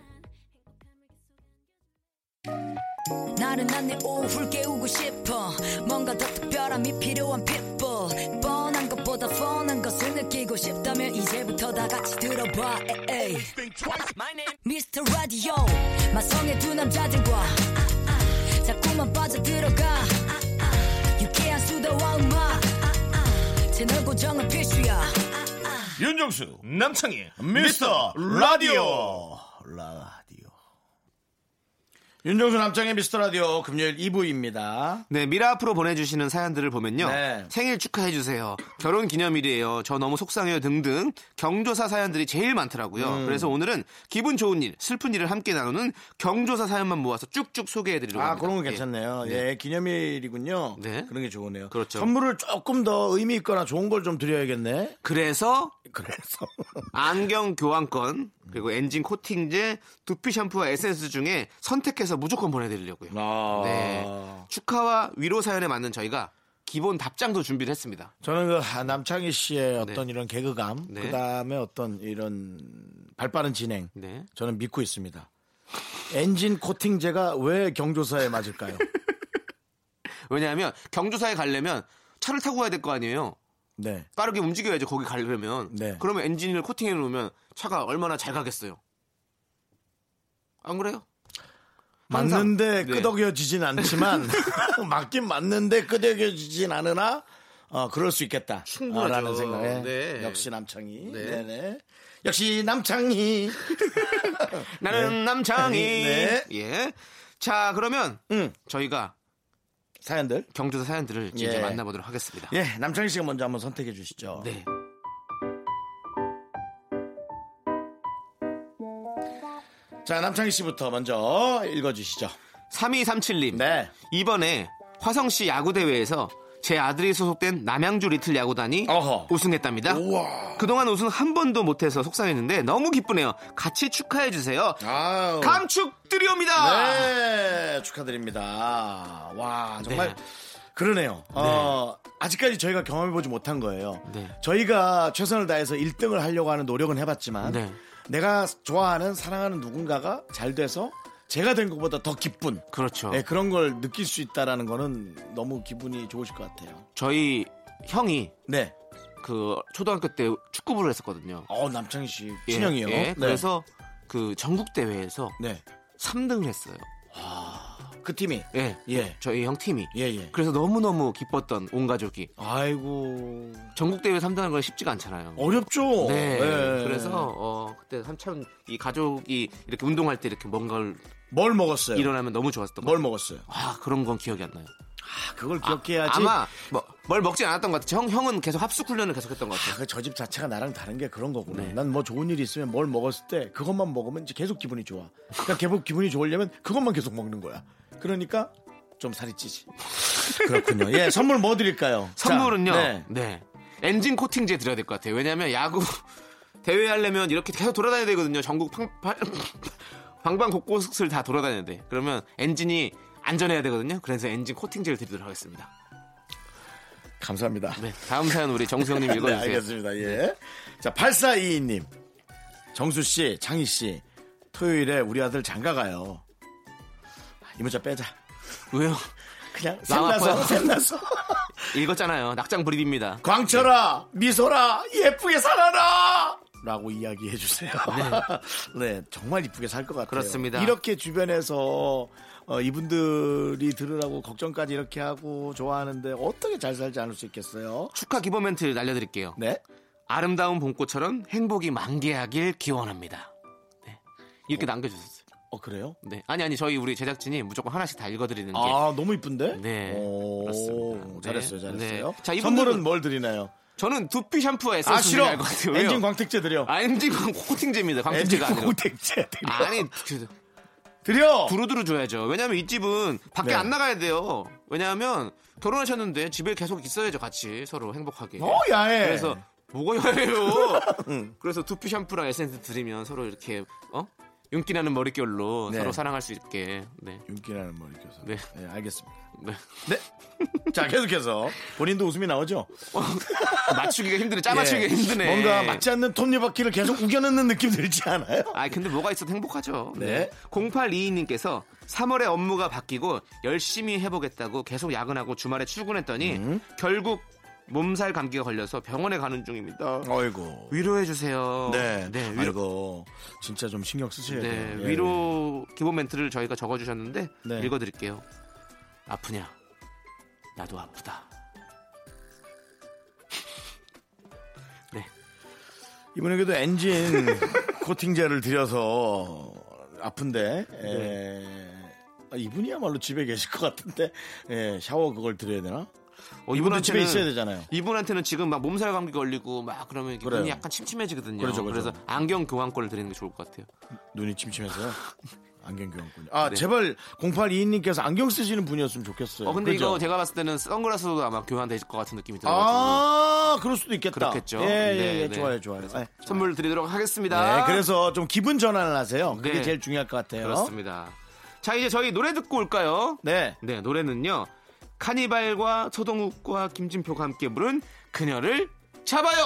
Speaker 3: 행복함을 계속
Speaker 4: 나른한 내 오후를 깨우고 싶어 뭔가 더 특별함이 필요한 people 뻔한 것보다 뻔한 것을 느끼고 싶다면 이제부터 다 같이 들어봐 에이. Mr. Radio 마성의 두 남자들과 자꾸만 빠져들어가 유쾌한 수다와 음악 채널 고정은 필수야
Speaker 5: 윤정수 남창희
Speaker 1: 미스터 라디오. 라디오. 윤정수 남창의 미스터 라디오 금요일 2부입니다. 아,
Speaker 2: 네, 미라 앞으로 보내주시는 사연들을 보면요.
Speaker 1: 네.
Speaker 2: 생일 축하해주세요. 결혼 기념일이에요. 저 너무 속상해요. 등등. 경조사 사연들이 제일 많더라고요.
Speaker 1: 음.
Speaker 2: 그래서 오늘은 기분 좋은 일, 슬픈 일을 함께 나누는 경조사 사연만 모아서 쭉쭉 소개해드리려고
Speaker 1: 아,
Speaker 2: 합니다.
Speaker 1: 그런 건
Speaker 2: 예.
Speaker 1: 괜찮네요. 예, 기념일이군요.
Speaker 2: 네.
Speaker 1: 그런 게 좋으네요.
Speaker 2: 그렇죠.
Speaker 1: 선물을 조금 더 의미 있거나 좋은 걸 좀 드려야겠네.
Speaker 2: 그래서
Speaker 1: 그래서.
Speaker 2: 안경 교환권, 그리고 엔진 코팅제, 두피 샴푸와 에센스 중에 선택해서 무조건 보내드리려고요.
Speaker 1: 아.
Speaker 2: 네. 축하와 위로 사연에 맞는 저희가 기본 답장도 준비를 했습니다.
Speaker 1: 저는 그 아, 남창희 씨의 어떤
Speaker 2: 네.
Speaker 1: 이런 개그감,
Speaker 2: 네.
Speaker 1: 그 다음에 어떤 이런 발빠른 진행,
Speaker 2: 네.
Speaker 1: 저는 믿고 있습니다. 엔진 코팅제가 왜 경조사에 맞을까요?
Speaker 2: 왜냐하면 경조사에 가려면 차를 타고 가야 될 거 아니에요.
Speaker 1: 네.
Speaker 2: 빠르게 움직여야죠. 거기 가려면.
Speaker 1: 네.
Speaker 2: 그러면 엔진을 코팅해 놓으면 차가 얼마나 잘 가겠어요. 안 그래요? 항상.
Speaker 1: 맞는데
Speaker 2: 네.
Speaker 1: 끄덕여지진 않지만 맞긴 맞는데 끄덕여지진 않으나 어, 그럴 수 있겠다. 어,
Speaker 2: 충분하죠.
Speaker 1: 라는 생각에
Speaker 2: 네.
Speaker 1: 역시 남창희.
Speaker 2: 네.
Speaker 1: 네. 네 역시 남창희.
Speaker 2: 나는 남창희.
Speaker 1: 네.
Speaker 2: 예. 자, 그러면
Speaker 1: 음.
Speaker 2: 저희가
Speaker 1: 사연들.
Speaker 2: 경조사 사연들을 진짜
Speaker 1: 예.
Speaker 2: 만나보도록 하겠습니다.
Speaker 1: 예, 남창희 씨가 먼저 한번 선택해 주시죠.
Speaker 2: 네.
Speaker 1: 자, 남창희 씨부터 먼저 읽어 주시죠.
Speaker 2: 3237님.
Speaker 1: 네.
Speaker 2: 이번에 화성시 야구대회에서 제 아들이 소속된 남양주 리틀 야구단이
Speaker 1: 어허.
Speaker 2: 우승했답니다.
Speaker 1: 우와.
Speaker 2: 그동안 우승 한 번도 못해서 속상했는데 너무 기쁘네요. 같이 축하해주세요.
Speaker 1: 아우.
Speaker 2: 감축드리옵니다.
Speaker 1: 네, 축하드립니다. 와, 정말
Speaker 2: 네.
Speaker 1: 그러네요. 어, 아직까지 저희가 경험해보지 못한 거예요.
Speaker 2: 네.
Speaker 1: 저희가 최선을 다해서 1등을 하려고 하는 노력은 해봤지만
Speaker 2: 네.
Speaker 1: 내가 좋아하는 사랑하는 누군가가 잘 돼서 제가 된 것보다 더 기쁜
Speaker 2: 그렇죠.
Speaker 1: 네, 그런 걸 느낄 수 있다라는 거는 너무 기분이 좋으실 것 같아요.
Speaker 2: 저희 형이
Speaker 1: 네.
Speaker 2: 그 초등학교 때 축구부를 했었거든요.
Speaker 1: 어, 남창희 씨
Speaker 2: 예,
Speaker 1: 친형이요.
Speaker 2: 예.
Speaker 1: 네.
Speaker 2: 그래서 그 전국 대회에서
Speaker 1: 네.
Speaker 2: 3등을 했어요.
Speaker 1: 그 팀이.
Speaker 2: 예,
Speaker 1: 예.
Speaker 2: 저희 형 팀이.
Speaker 1: 예, 예.
Speaker 2: 그래서 너무 너무 기뻤던 온 가족이
Speaker 1: 아이고.
Speaker 2: 전국 대회 3등하는 건 쉽지가 않잖아요.
Speaker 1: 어렵죠?
Speaker 2: 네.
Speaker 1: 예.
Speaker 2: 그래서 어, 그때 한참 이 가족이 이렇게 운동할 때 이렇게 뭔가를
Speaker 1: 뭘 먹었어요?
Speaker 2: 일어나면 너무 좋았던 거.
Speaker 1: 네. 뭘 먹었어요?
Speaker 2: 아 그런 건 기억이 안 나요.
Speaker 1: 아, 그걸 기억해야지.
Speaker 2: 아마 뭐, 뭘 먹진 않았던 것 같아요. 형, 형은 계속 합숙 훈련을 계속했던 것 같아요.
Speaker 1: 그 저 집 자체가 나랑 다른 게 그런 거구나. 난 뭐 좋은 일이 있으면 뭘 먹었을 때 그것만 먹으면 이제 계속 기분이 좋아. 그러니까 계속 기분이 좋으려면 그것만 계속 먹는 거야. 그러니까 좀 살이 찌지. 그렇군요. 예, 선물 뭐 드릴까요? 자,
Speaker 2: 선물은요.
Speaker 1: 네.
Speaker 2: 네. 엔진 코팅제 드려야 될 것 같아요. 왜냐하면 야구 대회 하려면 이렇게 계속 돌아다녀야 되거든요. 전국 팡, 팡- 방방 곳곳을 다 돌아다녀야 돼. 그러면 엔진이 안전해야 되거든요. 그래서 엔진 코팅제를 드리도록 하겠습니다.
Speaker 1: 감사합니다.
Speaker 2: 네, 다음 사연 우리 정수영님
Speaker 1: 네,
Speaker 2: 읽어주세요.
Speaker 1: 알겠습니다. 예. 자, 8422님. 정수 씨, 장희 씨. 토요일에 우리 아들 장가 가요. 이 문자 빼자.
Speaker 2: 왜요?
Speaker 1: 그냥
Speaker 2: 마음
Speaker 1: 샘나서
Speaker 2: 아파요.
Speaker 1: 샘나서.
Speaker 2: 읽었잖아요. 낙장 브리입니다.
Speaker 1: 광철아, 미소라, 예쁘게 살아라! 라고 이야기해 주세요. 네, 정말 이쁘게 살 것 같아요.
Speaker 2: 그렇습니다.
Speaker 1: 이렇게 주변에서 어, 이분들이 들으라고 걱정까지 이렇게 하고 좋아하는데 어떻게 잘 살지 않을 수 있겠어요?
Speaker 2: 축하 기본 멘트 날려드릴게요.
Speaker 1: 네.
Speaker 2: 아름다운 봄꽃처럼 행복이 만개하길 기원합니다. 네. 이렇게 남겨주셨어요.
Speaker 1: 어, 그래요?
Speaker 2: 네. 아니 아니 저희 우리 제작진이 무조건 하나씩 다 읽어드리는 게
Speaker 1: 아, 너무 이쁜데?
Speaker 2: 네,
Speaker 1: 오,
Speaker 2: 그렇습니다. 네.
Speaker 1: 잘했어요, 잘했어요.
Speaker 2: 네. 자, 이분들은-
Speaker 1: 선물은 뭘 드리나요?
Speaker 2: 저는 두피 샴푸와
Speaker 1: 아,
Speaker 2: 에센스
Speaker 1: 싫어!
Speaker 2: 드릴 것 같아요. 왜요?
Speaker 1: 엔진 광택제 드려.
Speaker 2: 아, 엔진 광 코팅제입니다.
Speaker 1: 엔진
Speaker 2: 광택제가 아니라.
Speaker 1: 광택제 드려.
Speaker 2: 아니 그,
Speaker 1: 드려!
Speaker 2: 두루두루 줘야죠. 왜냐하면 이 집은 밖에
Speaker 1: 네.
Speaker 2: 안 나가야 돼요. 왜냐하면 결혼하셨는데 집에 계속 있어야죠 같이 서로 행복하게.
Speaker 1: 어, 야해!
Speaker 2: 그래서 뭐가 야해요? 그래서 두피 샴푸랑 에센스 드리면 서로 이렇게 어 윤기 나는 머릿결로
Speaker 1: 네.
Speaker 2: 서로 사랑할 수 있게. 네.
Speaker 1: 윤기라는 머리 껴서.
Speaker 2: 네.
Speaker 1: 네, 알겠습니다.
Speaker 2: 네.
Speaker 1: 네. 자, 계속해서 본인도 웃음이 나오죠?
Speaker 2: 맞추기가 힘드네. 짜 맞추기가
Speaker 1: 예.
Speaker 2: 힘드네.
Speaker 1: 뭔가 맞지 않는 톱니바퀴를 계속 우겨넣는 느낌 들지 않아요?
Speaker 2: 아 근데 뭐가 있어도 행복하죠.
Speaker 1: 네.
Speaker 2: 0822님께서 3월에 업무가 바뀌고 열심히 해보겠다고 계속 야근하고 주말에 출근했더니
Speaker 1: 음.
Speaker 2: 결국 몸살 감기가 걸려서 병원에 가는 중입니다.
Speaker 1: 어이고.
Speaker 2: 위로해 주세요.
Speaker 1: 네.
Speaker 2: 위로.
Speaker 1: 아이고. 진짜 좀 신경 쓰셔야
Speaker 2: 네,
Speaker 1: 돼요. 예.
Speaker 2: 위로 기본 멘트를 저희가 적어주셨는데
Speaker 1: 네.
Speaker 2: 읽어드릴게요. 아프냐? 나도 아프다. 네,
Speaker 1: 이번에도 엔진 코팅제를 드려서 아픈데. 예.
Speaker 2: 네.
Speaker 1: 아, 이분이야말로 집에 계실 것 같은데. 예, 샤워 그걸 드려야 되나?
Speaker 2: 어,
Speaker 1: 이분도 집에
Speaker 2: 이분한테는-
Speaker 1: 있어야 되잖아요.
Speaker 2: 이분한테는 지금 막 몸살 감기 걸리고 막 그러면 이렇게
Speaker 1: 그래요.
Speaker 2: 눈이 약간 침침해지거든요. 그
Speaker 1: 그렇죠,
Speaker 2: 래
Speaker 1: 그렇죠.
Speaker 2: 서 안경 교환권을 드리는 게 좋을 것 같아요.
Speaker 1: 눈이 침침해서요. 안경 교환군요. 아, 제발 0822님께서 안경 쓰시는 분이었으면 좋겠어요.
Speaker 2: 어 근데
Speaker 1: 그죠?
Speaker 2: 이거 제가 봤을 때는 선글라스도 아마 교환될 것 같은 느낌이 들어가지고
Speaker 1: 아, 그럴 수도 있겠다.
Speaker 2: 그렇겠죠.
Speaker 1: 예, 예,
Speaker 2: 네,
Speaker 1: 예.
Speaker 2: 네.
Speaker 1: 좋아요, 좋아요.
Speaker 2: 그래서
Speaker 1: 예.
Speaker 2: 선물 드리도록 하겠습니다.
Speaker 1: 네, 그래서 좀 기분 전환을 하세요. 그게
Speaker 2: 네.
Speaker 1: 제일 중요할 것 같아요.
Speaker 2: 그렇습니다. 자 이제 저희 노래 듣고 올까요?
Speaker 1: 네.
Speaker 2: 네, 노래는요. 카니발과 서동욱과 김진표가 함께 부른 그녀를 잡아요.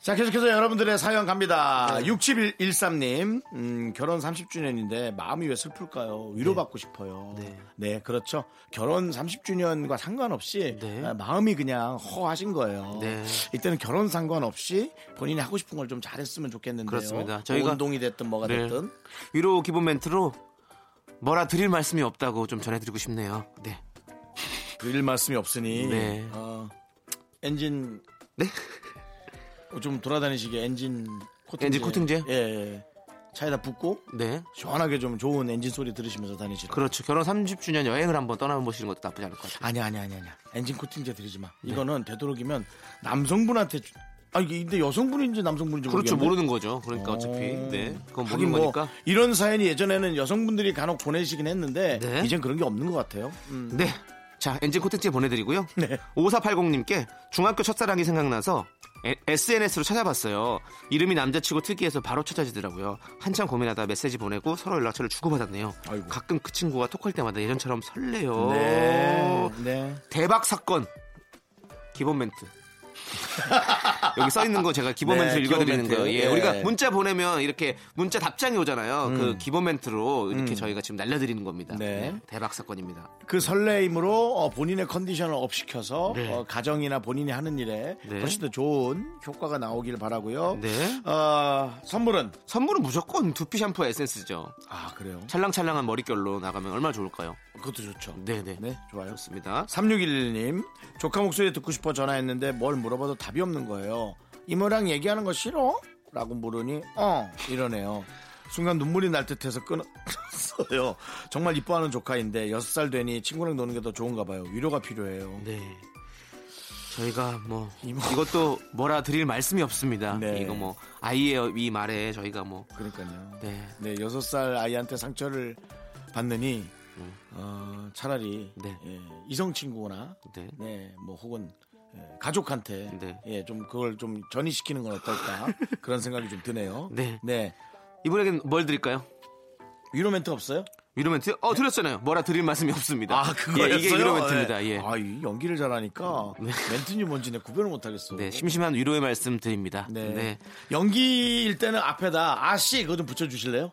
Speaker 1: 자, 계속해서 여러분들의 사연 갑니다. 6713님, 음, 결혼 30주년인데 마음이 왜 슬플까요? 위로받고 싶어요. 네. 그렇죠. 결혼 30주년과 상관없이
Speaker 2: 네.
Speaker 1: 아, 마음이 그냥 허하신 거예요.
Speaker 2: 네.
Speaker 1: 이때는 결혼 상관없이 본인이 하고 싶은 걸 좀 잘했으면 좋겠는데요.
Speaker 2: 그렇습니다.
Speaker 1: 뭐
Speaker 2: 저희가-
Speaker 1: 운동이 됐든 뭐가
Speaker 2: 네.
Speaker 1: 됐든.
Speaker 2: 위로 기본 멘트로 뭐라 드릴 말씀이 없다고 좀 전해드리고 싶네요. 네.
Speaker 1: 드릴 그 말씀이 없으니
Speaker 2: 네.
Speaker 1: 어, 엔진
Speaker 2: 네?
Speaker 1: 어, 좀 돌아다니시게 엔진 코팅제,
Speaker 2: 엔진 코팅제?
Speaker 1: 예, 예. 차에다 붓고
Speaker 2: 네.
Speaker 1: 시원하게 좀 좋은 엔진 소리 들으시면서 다니시라
Speaker 2: 그렇죠. 결혼 30주년 여행을 한번 떠나보시는 것도 나쁘지 않을 것 같아요.
Speaker 1: 아니 아니 아니 아니 엔진 코팅제 드리지 마
Speaker 2: 네.
Speaker 1: 이거는 되도록이면 남성분한테 주- 아 이게 근데 여성분인지 남성분인지
Speaker 2: 그렇죠.
Speaker 1: 모르겠네.
Speaker 2: 모르는 거죠. 그러니까 어차피 네. 그건
Speaker 1: 하긴
Speaker 2: 모르는
Speaker 1: 뭐
Speaker 2: 거니까.
Speaker 1: 이런 사연이 예전에는 여성분들이 간혹 보내시긴 했는데
Speaker 2: 네.
Speaker 1: 이젠 그런 게 없는 것 같아요. 음.
Speaker 2: 네.
Speaker 1: 네.
Speaker 2: 자, 엔진 코팅제 보내드리고요. 5480님께 중학교 첫사랑이 생각나서 SNS로 찾아봤어요. 이름이 남자치고 특이해서 바로 찾아지더라고요. 한참 고민하다 메시지 보내고 서로 연락처를 주고받았네요.
Speaker 1: 아이고.
Speaker 2: 가끔 그 친구와 톡할 때마다 예전처럼 설레요.
Speaker 1: 네. 네.
Speaker 2: 대박 사건 기본 멘트 여기 써 있는 거 제가 기본
Speaker 1: 네,
Speaker 2: 멘트
Speaker 1: 기본
Speaker 2: 읽어드리는
Speaker 1: 멘트.
Speaker 2: 거예요. 예,
Speaker 1: 예. 음.
Speaker 2: 우리가 문자 보내면 이렇게 문자 답장이 오잖아요. 그 기본 멘트로 이렇게 저희가 지금 날려드리는 겁니다.
Speaker 1: 네.
Speaker 2: 네, 대박 사건입니다.
Speaker 1: 그 설레임으로 어, 본인의 컨디션을 업시켜서
Speaker 2: 네.
Speaker 1: 어, 가정이나 본인이 하는 일에
Speaker 2: 네.
Speaker 1: 훨씬 더 좋은 효과가 나오길 바라고요.
Speaker 2: 네.
Speaker 1: 어, 선물은
Speaker 2: 선물은 무조건 두피 샴푸 에센스죠.
Speaker 1: 아 그래요.
Speaker 2: 찰랑찰랑한 머릿결로 나가면 얼마나 좋을까요?
Speaker 1: 그것도 좋죠.
Speaker 2: 네네.
Speaker 1: 네, 좋아요.
Speaker 2: 좋습니다.
Speaker 1: 3611님 조카 목소리 듣고 싶어 전화했는데 뭘 물어봐도 답이 없는 거예요. 이모랑 얘기하는 거 싫어? 라고 물으니 어 이러네요. 순간 눈물이 날 듯해서 끊었어요. 정말 이뻐하는 조카인데 6살 되니 친구랑 노는 게 더 좋은가 봐요. 위로가 필요해요.
Speaker 2: 네. 저희가 뭐
Speaker 1: 이모.
Speaker 2: 이것도 뭐라 드릴 말씀이 없습니다.
Speaker 1: 네.
Speaker 2: 이거 뭐 아이의 이 말에 저희가 뭐
Speaker 1: 그러니까요.
Speaker 2: 네.
Speaker 1: 네, 6살 아이한테 상처를 받느니 어, 차라리
Speaker 2: 음. 네.
Speaker 1: 예, 이성 친구나
Speaker 2: 네.
Speaker 1: 네, 뭐 혹은 예, 가족한테
Speaker 2: 네.
Speaker 1: 예, 좀 그걸 좀 전이시키는 건 어떨까 그런 생각이 좀 드네요.
Speaker 2: 네. 이분에게는 뭘 드릴까요?
Speaker 1: 위로 멘트 없어요?
Speaker 2: 위로 멘트? 어, 드렸잖아요. 뭐라 드릴 말씀이 없습니다.
Speaker 1: 아, 그거였어요.
Speaker 2: 예, 이게 위로 멘트입니다. 예.
Speaker 1: 아, 이 연기를 잘하니까 멘트인지 뭔지 내 구별을 못 하겠어.
Speaker 2: 네, 심심한 위로의 말씀 드립니다.
Speaker 1: 네.
Speaker 2: 네.
Speaker 1: 연기일 때는 앞에다 아씨 그거 좀 붙여 주실래요?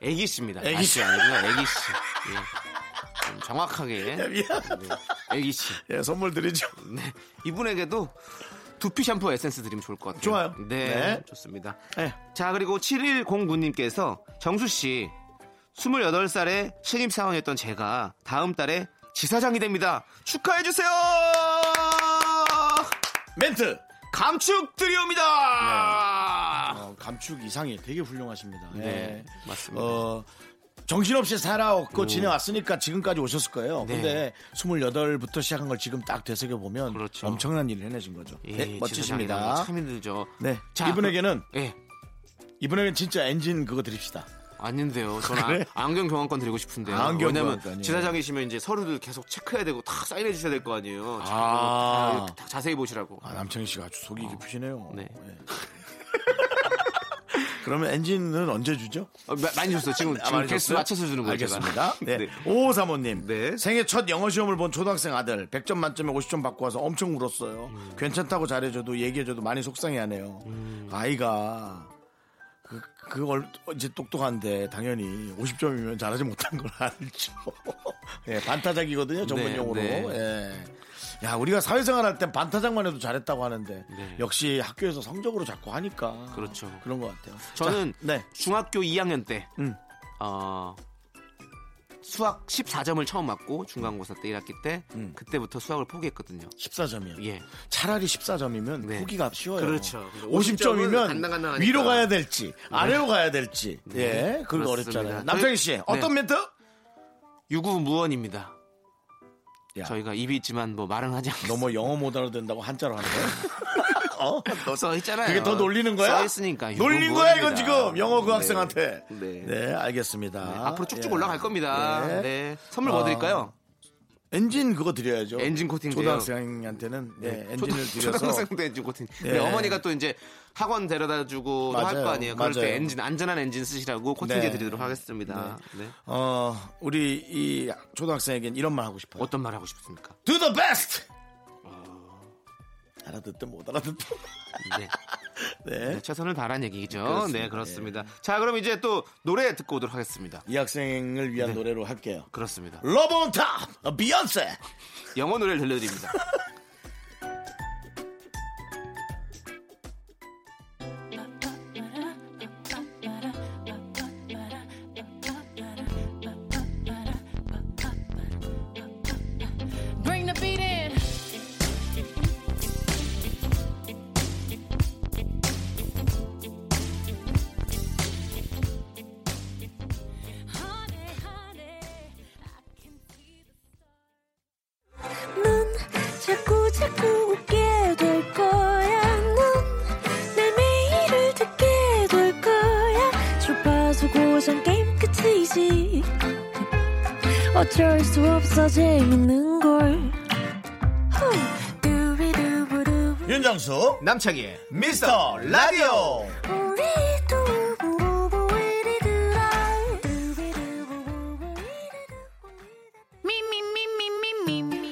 Speaker 2: 애기 씨입니다.
Speaker 1: 애기
Speaker 2: 애기
Speaker 1: 씨.
Speaker 2: 씨 아니고요. 애기 씨. 예. 좀 정확하게. 네. 애기 씨.
Speaker 1: 예, 선물 드리죠.
Speaker 2: 네. 이분에게도 두피 샴푸 에센스 드리면 좋을 것 같아요.
Speaker 1: 좋아요.
Speaker 2: 네.
Speaker 1: 네.
Speaker 2: 좋습니다.
Speaker 1: 예.
Speaker 2: 자, 그리고 7109님께서 정수씨, 28살에 신입사원이었던 제가 다음 달에 지사장이 됩니다. 축하해주세요!
Speaker 1: 멘트.
Speaker 2: 감축 드리옵니다!
Speaker 1: 어, 감축 이상이 되게 훌륭하십니다. 예.
Speaker 2: 네, 맞습니다. 음.
Speaker 1: 어, 정신없이 살아왔고 지내왔으니까 지금까지 오셨을 거예요.
Speaker 2: 네.
Speaker 1: 근데 28부터 시작한 걸 지금 딱 되새겨보면
Speaker 2: 그렇죠.
Speaker 1: 엄청난 일을 해내신 거죠.
Speaker 2: 예,
Speaker 1: 네,
Speaker 2: 지사장이라는 건
Speaker 1: 멋지십니다.
Speaker 2: 참 힘들죠.
Speaker 1: 네.
Speaker 2: 자,
Speaker 1: 이분에게는
Speaker 2: 그- 예.
Speaker 1: 이분에게는 진짜 엔진 그거 드립시다.
Speaker 2: 아닌데요. 저는 아-
Speaker 1: 그래?
Speaker 2: 안경 경환권 드리고 싶은데요.
Speaker 1: 안경
Speaker 2: 왜냐면
Speaker 1: 교환권, 예.
Speaker 2: 지사장이시면 이제 서류도 계속 체크해야 되고 다 사인해 주셔야 될 거 아니에요.
Speaker 1: 아.
Speaker 2: 아. 다, 다 자세히 보시라고.
Speaker 1: 아, 남창희 씨가 아주 속이 깊으시네요.
Speaker 2: 네.
Speaker 1: 예. 그러면 엔진은 언제 주죠?
Speaker 2: 어, 마- 많이 줬어요. 지금,
Speaker 1: 아,
Speaker 2: 지금
Speaker 1: 많이
Speaker 2: 개수
Speaker 1: 줬어요?
Speaker 2: 맞춰서 주는 거예요. 제가.
Speaker 1: 알겠습니다. 네.
Speaker 2: 네.
Speaker 1: 오사모님
Speaker 2: 네.
Speaker 1: 생애 첫 영어 시험을 본 초등학생 아들 100점 만점에 50점 받고 와서 엄청 울었어요.
Speaker 2: 음.
Speaker 1: 괜찮다고 잘해줘도 얘기해줘도 많이 속상해하네요. 아이가 그, 그 얼- 이제 똑똑한데 당연히 50점이면 잘하지 못한 걸 알죠. 예, 반타작이거든요 전문용어로.
Speaker 2: 네,
Speaker 1: 예. 야 우리가 사회생활 할 땐 반타작만 해도 잘했다고 하는데
Speaker 2: 네.
Speaker 1: 역시 학교에서 성적으로 자꾸 하니까
Speaker 2: 그렇죠.
Speaker 1: 그런 것 같아요.
Speaker 2: 저는
Speaker 1: 자, 네.
Speaker 2: 중학교 2학년 때
Speaker 1: 음.
Speaker 2: 어, 수학 14점을 처음 맞고 중간고사 때 1학기 때
Speaker 1: 음.
Speaker 2: 그때부터 수학을 포기했거든요.
Speaker 1: 14점이요.
Speaker 2: 예.
Speaker 1: 차라리 14점이면
Speaker 2: 네.
Speaker 1: 포기가 쉬워요.
Speaker 2: 그렇죠. 50점은
Speaker 1: 50점이면
Speaker 2: 간당간당하니까. 네.
Speaker 1: 위로 가야 될지 아래로 가야 될지. 예, 그런 거
Speaker 2: 그렇습니다.
Speaker 1: 어렵잖아요. 남창희 씨
Speaker 2: 네.
Speaker 1: 어떤 멘트?
Speaker 2: 유구무원입니다.
Speaker 1: 야.
Speaker 2: 저희가 입이 있지만 뭐 말은 하지 않고
Speaker 1: 너 뭐 영어 못알아 된다고 한자로 하는 거야? 어? 너
Speaker 2: 써 있잖아요.
Speaker 1: 그게 더 놀리는 거야?
Speaker 2: 네. 써 있으니까
Speaker 1: 놀린
Speaker 2: 유구무원입니다.
Speaker 1: 거야 이건 지금 영어 그
Speaker 2: 네.
Speaker 1: 학생한테. 네,
Speaker 2: 네.
Speaker 1: 알겠습니다.
Speaker 2: 네, 앞으로 쭉쭉
Speaker 1: 예.
Speaker 2: 올라갈 겁니다.
Speaker 1: 네.
Speaker 2: 네. 선물
Speaker 1: 아,
Speaker 2: 뭐 드릴까요?
Speaker 1: 엔진 그거 드려야죠.
Speaker 2: 엔진 코팅제요.
Speaker 1: 초등학생한테는 네, 엔진을 드려서
Speaker 2: 초등학생 때 엔진 코팅.
Speaker 1: 네.
Speaker 2: 근데 어머니가 또 이제 학원 데려다 주고 할
Speaker 1: 맞아요.
Speaker 2: 거 아니에요. 그럴
Speaker 1: 맞아요.
Speaker 2: 때 엔진 안전한 엔진 쓰시라고 코팅제
Speaker 1: 네.
Speaker 2: 드리도록 하겠습니다. 네.
Speaker 1: 어, 우리 이 초등학생에겐 이런 말 하고 싶어요.
Speaker 2: 어떤 말 하고 싶습니까?
Speaker 1: Do the best. 아. 알아듣든 못 알아듣든.
Speaker 2: 네.
Speaker 1: 네.
Speaker 2: 네, 최선을 다한 얘기죠.
Speaker 1: 그렇습니다. 예.
Speaker 2: 네, 그렇습니다. 자, 그럼 이제 또 노래 듣고 오도록 하겠습니다.
Speaker 1: 이 학생을 위한 노래로 할게요.
Speaker 2: 그렇습니다.
Speaker 1: 러브 온 탑, 비욘세.
Speaker 2: 영어 노래를 들려드립니다.
Speaker 6: Bring the beat in.
Speaker 3: 넌 자꾸 자꾸 웃게 될 거야. 넌내 매일을 듣게 될 거야. 주파수 고정 게임 끝이지. 어쩔 수 없어 재밌는 걸. 후. 두비두부두부.
Speaker 1: 윤정수
Speaker 2: 남창희의
Speaker 1: 미스터 라디오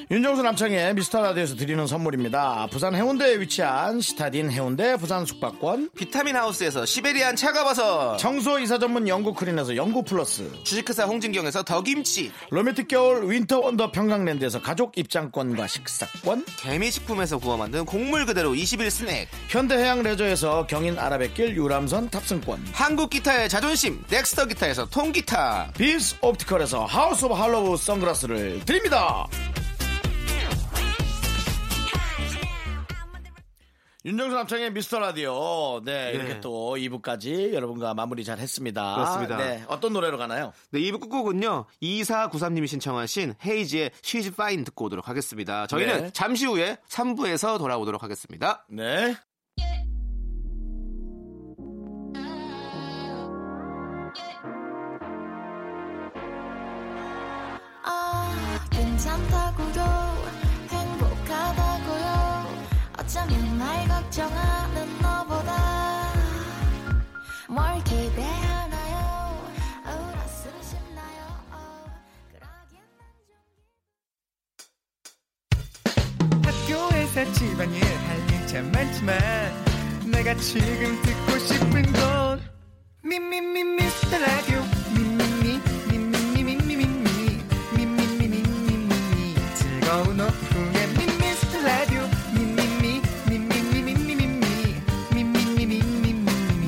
Speaker 1: 윤정수 남창의 미스터 라디오에서 드리는 선물입니다. 부산 해운대에 위치한 시타딘 해운대 부산 숙박권
Speaker 2: 비타민 하우스에서 시베리안 차가버섯
Speaker 1: 청소 이사 전문 영국 크린에서 영국 플러스
Speaker 2: 주식회사 홍진경에서 더김치
Speaker 1: 로맨틱 겨울 윈터 원더 평강랜드에서 가족 입장권과 식사권
Speaker 2: 개미식품에서 구워 만든 곡물 그대로 21 스낵
Speaker 1: 현대해양 레저에서 경인 아라뱃길 유람선 탑승권
Speaker 2: 한국 기타의 자존심 넥스터 기타에서 통기타
Speaker 1: 비스 옵티컬에서 하우스 오브 할로우 선글라스를 드립니다. 윤정수 남창의 미스터 라디오. 네, 이렇게 또 2부까지 여러분과 마무리 잘 했습니다.
Speaker 2: 그렇습니다.
Speaker 1: 네, 어떤 노래로 가나요?
Speaker 2: 네, 2부 끝곡은요 2493님이 신청하신 헤이지의 She's Fine 듣고 오도록 하겠습니다 저희는
Speaker 1: 네.
Speaker 2: 잠시 후에 3부에서 돌아오도록 하겠습니다
Speaker 1: 네.
Speaker 3: 아, 괜찮다고요. 행복하다고요. 어쩌면 날 걱정하는 너보다 뭘 기대하나요? 우울하시나요? 어, 그러기엔 난 좀...
Speaker 6: 학교에서 집안일 할 일 참 많지만 내가 지금 듣고 싶은 건 미미미 미스터 라디오 미미미 미미미 미미미 미미미 미미미 즐거운 오후에 미스터 라디오 미미미 미미미 미미미 미미미 미미미 미미미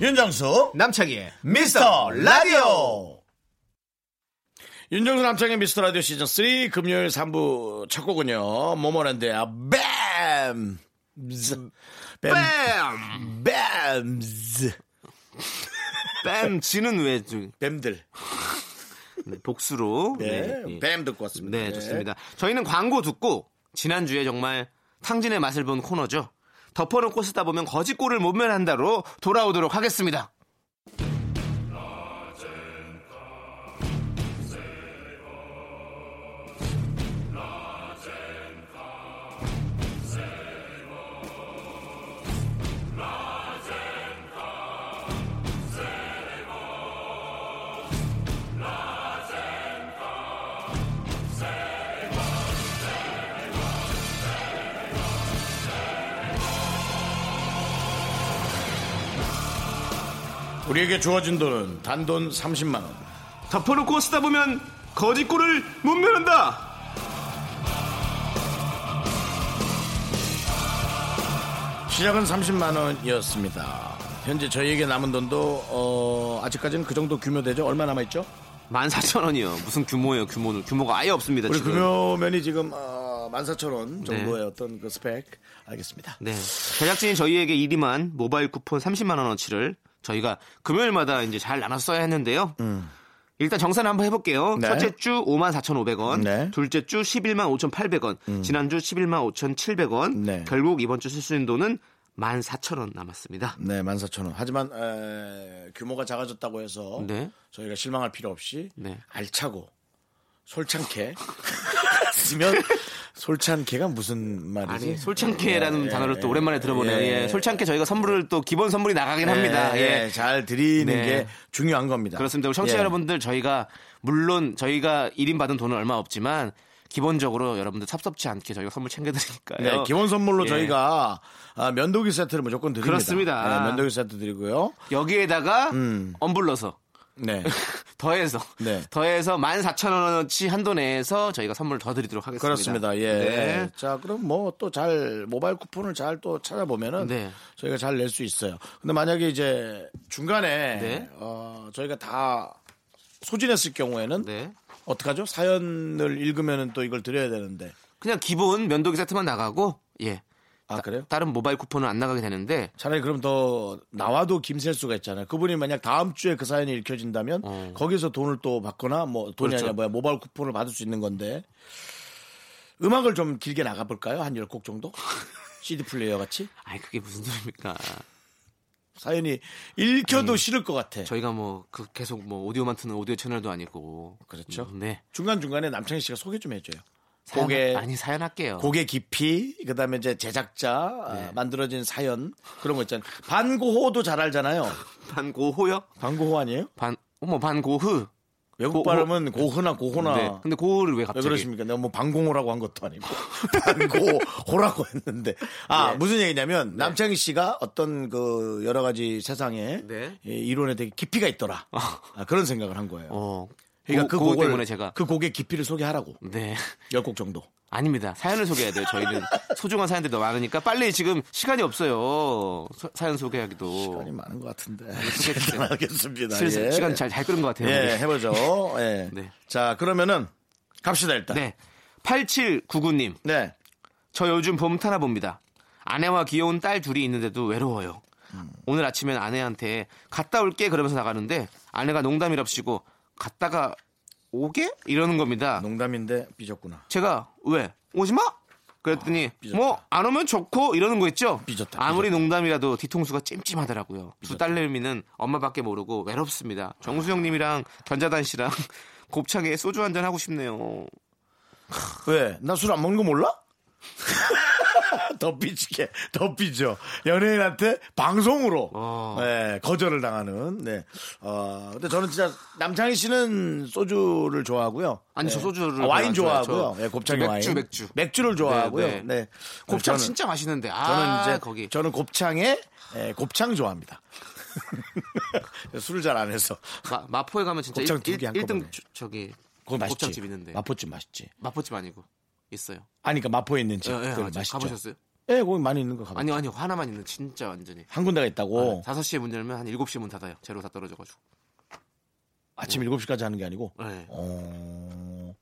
Speaker 1: 윤정수
Speaker 2: 남창희의
Speaker 1: 미스터 라디오. 윤정수 남창의 미스터 라디오 시즌 3 금요일 3부 첫 곡은요. 모모랜드의 뱀. 음. 뱀.
Speaker 2: 뺨!
Speaker 1: 뱀.
Speaker 2: 뺨 지는 왜 좀-
Speaker 1: 뱀들.
Speaker 2: 네, 복수로
Speaker 1: 네.
Speaker 2: 예.
Speaker 1: 뱀 듣고 왔습니다.
Speaker 2: 네, 좋습니다. 저희는 광고 듣고 지난주에 정말 탕진의 맛을 본 코너죠. 덮어놓고 쓰다 보면 거짓골을 못 면한다로 돌아오도록 하겠습니다.
Speaker 1: 우리에게 주어진 돈은 단돈 30만 원.
Speaker 2: 덮어놓고 쓰다 보면 거짓골을 못 면한다.
Speaker 1: 시작은 30만 원이었습니다. 현재 저희에게 남은 돈도 어, 아직까지는 그 정도 규모 되죠? 얼마 남아 있죠?
Speaker 2: 14,000원이요. 무슨 규모예요? 규모는 규모가 아예 없습니다.
Speaker 1: 우리
Speaker 2: 지금.
Speaker 1: 금요면이 지금 어, 14,000원 정도의
Speaker 2: 네.
Speaker 1: 어떤 그 스펙 알겠습니다.
Speaker 2: 네. 제작진이 저희에게 1위만 모바일 쿠폰 30만 원어치를 저희가 금요일마다 이제 잘 나눠 써야 했는데요. 일단 정산 한번 해볼게요.
Speaker 1: 음. 네.
Speaker 2: 첫째 주 5만 4,500원,
Speaker 1: 네. 음.
Speaker 2: 둘째 주 11만 5,800원, 지난주 11만 5,700원,
Speaker 1: 네.
Speaker 2: 결국 이번 주 실수인 돈은 14,000원 남았습니다.
Speaker 1: 네, 14,000원. 하지만 에, 규모가 작아졌다고 해서
Speaker 2: 네.
Speaker 1: 저희가 실망할 필요 없이
Speaker 2: 네.
Speaker 1: 알차고 솔창케 쓰면 솔창케가 무슨 말이지?
Speaker 2: 아니 솔창케라는
Speaker 1: 예,
Speaker 2: 단어를 또
Speaker 1: 예,
Speaker 2: 오랜만에 들어보네요.
Speaker 1: 예,
Speaker 2: 예,
Speaker 1: 예.
Speaker 2: 솔창케 저희가 선물을 또 기본 선물이 나가긴 합니다. 예.
Speaker 1: 예, 잘 드리는
Speaker 2: 네.
Speaker 1: 게 중요한 겁니다.
Speaker 2: 그렇습니다. 우리 청취자
Speaker 1: 예.
Speaker 2: 여러분들 저희가 물론 저희가 1인 받은 돈은 얼마 없지만 기본적으로 여러분들 섭섭치 않게 저희가 선물 챙겨드리니까요.
Speaker 1: 네, 기본 선물로
Speaker 2: 예.
Speaker 1: 저희가 아, 면도기 세트를 무조건 드립니다.
Speaker 2: 그렇습니다.
Speaker 1: 네, 면도기 세트 드리고요.
Speaker 2: 여기에다가 엄불러서
Speaker 1: 네.
Speaker 2: 더해서
Speaker 1: 음. 네.
Speaker 2: 더해서 14,000원어치 한도 내에서 저희가 선물 더 드리도록 하겠습니다.
Speaker 1: 그렇습니다. 예.
Speaker 2: 네.
Speaker 1: 자, 그럼 뭐 또 잘 모바일 쿠폰을 잘 또 찾아보면은
Speaker 2: 네.
Speaker 1: 저희가 잘 낼 수 있어요. 근데 만약에 이제 중간에
Speaker 2: 네.
Speaker 1: 어, 저희가 다 소진했을 경우에는
Speaker 2: 네.
Speaker 1: 어떡하죠? 사연을 읽으면은 또 이걸 드려야 되는데.
Speaker 2: 그냥 기본 면도기 세트만 나가고 예.
Speaker 1: 아,
Speaker 2: 따-
Speaker 1: 그래요?
Speaker 2: 다른 모바일 쿠폰은 안 나가게 되는데
Speaker 1: 차라리 그럼 더 나와도 김셀 수가 있잖아요. 그분이 만약 다음 주에 그 사연이 읽혀진다면
Speaker 2: 어.
Speaker 1: 거기서 돈을 또 받거나 뭐 돈이
Speaker 2: 그렇죠.
Speaker 1: 아니라 뭐야 모바일 쿠폰을 받을 수 있는 건데 음악을 좀 길게 나가볼까요? 한 10곡 정도? CD 플레이어 같이?
Speaker 2: 아니 그게 무슨 소리입니까?
Speaker 1: 네. 사연이 읽혀도 싫을 것 같아.
Speaker 2: 저희가 뭐 그 계속 뭐 오디오만 트는 오디오 채널도 아니고
Speaker 1: 그렇죠.
Speaker 2: 음, 네.
Speaker 1: 중간중간에 남창희 씨가 소개 좀 해줘요.
Speaker 2: 사연,
Speaker 1: 곡의-
Speaker 2: 아니 사연할게요.
Speaker 1: 곡의 깊이, 그 다음에 이제 제작자,
Speaker 2: 네.
Speaker 1: 아, 만들어진 사연, 그런 거 있잖아요. 반고호도 잘 알잖아요.
Speaker 2: 반고호요?
Speaker 1: 반고호 아니에요?
Speaker 2: 반 어머 반고흐.
Speaker 1: 외국
Speaker 2: 고호.
Speaker 1: 발음은 고흐나 고호나.
Speaker 2: 네. 근데 고흐를 왜
Speaker 1: 아. 왜
Speaker 2: 갑자기?
Speaker 1: 그러십니까? 내가 뭐 방공호라고 한 것도 아니고 반고호라고 했는데 아
Speaker 2: 네.
Speaker 1: 무슨 얘기냐면 남창희 씨가 어떤 그 여러 가지 세상에
Speaker 2: 네.
Speaker 1: 이 이론에 되게 깊이가 있더라 아, 그런 생각을 한 거예요.
Speaker 2: 어.
Speaker 1: 그러니까
Speaker 2: 고,
Speaker 1: 그
Speaker 2: 고흐
Speaker 1: 곡을
Speaker 2: 때문에 제가
Speaker 1: 그 곡의 깊이를 소개하라고
Speaker 2: 네.
Speaker 1: 열 곡 정도.
Speaker 2: 아닙니다. 사연을 소개해야 돼요. 저희는 소중한 사연들이 너무 많으니까 빨리 지금 시간이 없어요. 소- 사연 소개하기도.
Speaker 1: 많이 많은 것 같은데.
Speaker 2: 소개해주세요.
Speaker 1: 알겠습니다.
Speaker 2: 슬슬
Speaker 1: 예.
Speaker 2: 네, 시간 잘, 잘 끄는 것 같아요.
Speaker 1: 예,
Speaker 2: 우리.
Speaker 1: 해보죠. 예.
Speaker 2: 네.
Speaker 1: 자 그러면은 갑시다 일단.
Speaker 2: 네. 8799님.
Speaker 1: 네.
Speaker 2: 저 요즘 봄 타나 봅니다. 아내와 귀여운 딸 둘이 있는데도 외로워요.
Speaker 1: 음.
Speaker 2: 오늘 아침엔 아내한테 갔다 올게 그러면서 나가는데 아내가 농담이랍시고 갔다가 오게? 이러는 겁니다.
Speaker 1: 농담인데 삐졌구나.
Speaker 2: 제가 왜 오지 마? 그랬더니
Speaker 1: 아, 삐졌다.
Speaker 2: 뭐 안 오면 좋고 이러는 거 있죠.
Speaker 1: 삐졌다,
Speaker 2: 아무리 농담이라도 뒤통수가 찜찜하더라고요. 두 딸내미는 엄마밖에 모르고 외롭습니다. 정수영님이랑 견자단 씨랑 곱창에 소주 한 잔 하고 싶네요.
Speaker 1: 왜? 나 술 안 먹는 거 몰라? 더 삐지게, 더 삐져. 연예인한테 방송으로
Speaker 2: 어.
Speaker 1: 예, 거절을 당하는. 네. 어, 근데 저는 진짜 남창희 씨는 소주를 좋아하고요.
Speaker 2: 아니, 저 소주를
Speaker 1: 아, 와인
Speaker 2: 별로 안
Speaker 1: 좋아하고요.
Speaker 2: 좋아해요. 저-
Speaker 1: 예, 곱창
Speaker 2: 저 맥주,
Speaker 1: 와인.
Speaker 2: 맥주.
Speaker 1: 를 좋아하고요.
Speaker 2: 네,
Speaker 1: 네.
Speaker 2: 네. 곱창
Speaker 1: 저는-
Speaker 2: 진짜 맛있는데. 아,
Speaker 1: 저는 이제
Speaker 2: 거기.
Speaker 1: 저는 곱창에 예, 곱창 좋아합니다. 술을 잘 안 해서.
Speaker 2: 마, 마포에 가면 진짜
Speaker 1: 곱창
Speaker 2: 1,
Speaker 1: 두개 한꺼번에.
Speaker 2: 등 저기
Speaker 1: 그거 맛있지.
Speaker 2: 곱창집 있는데
Speaker 1: 마포집 맛있지.
Speaker 2: 마포... 집 아니고 있어요.
Speaker 1: 아니, 그러니까 마포에 있는 집.
Speaker 2: 예, 예,
Speaker 1: 그거
Speaker 2: 맞아요.
Speaker 1: 맛있죠.
Speaker 2: 가보셨어요?
Speaker 1: 예, 거기 많이 있는 거 가봐.
Speaker 2: 아니요, 아니요. 하나만 있는 진짜 완전히. 아,
Speaker 1: 한 군데가 있다고.
Speaker 2: 5시에 문 열면 한 7시에 문 닫아요. 재료 다 떨어져 가지고.
Speaker 1: 아침 7시까지 하는 게 아니고.
Speaker 2: 네.
Speaker 1: 어.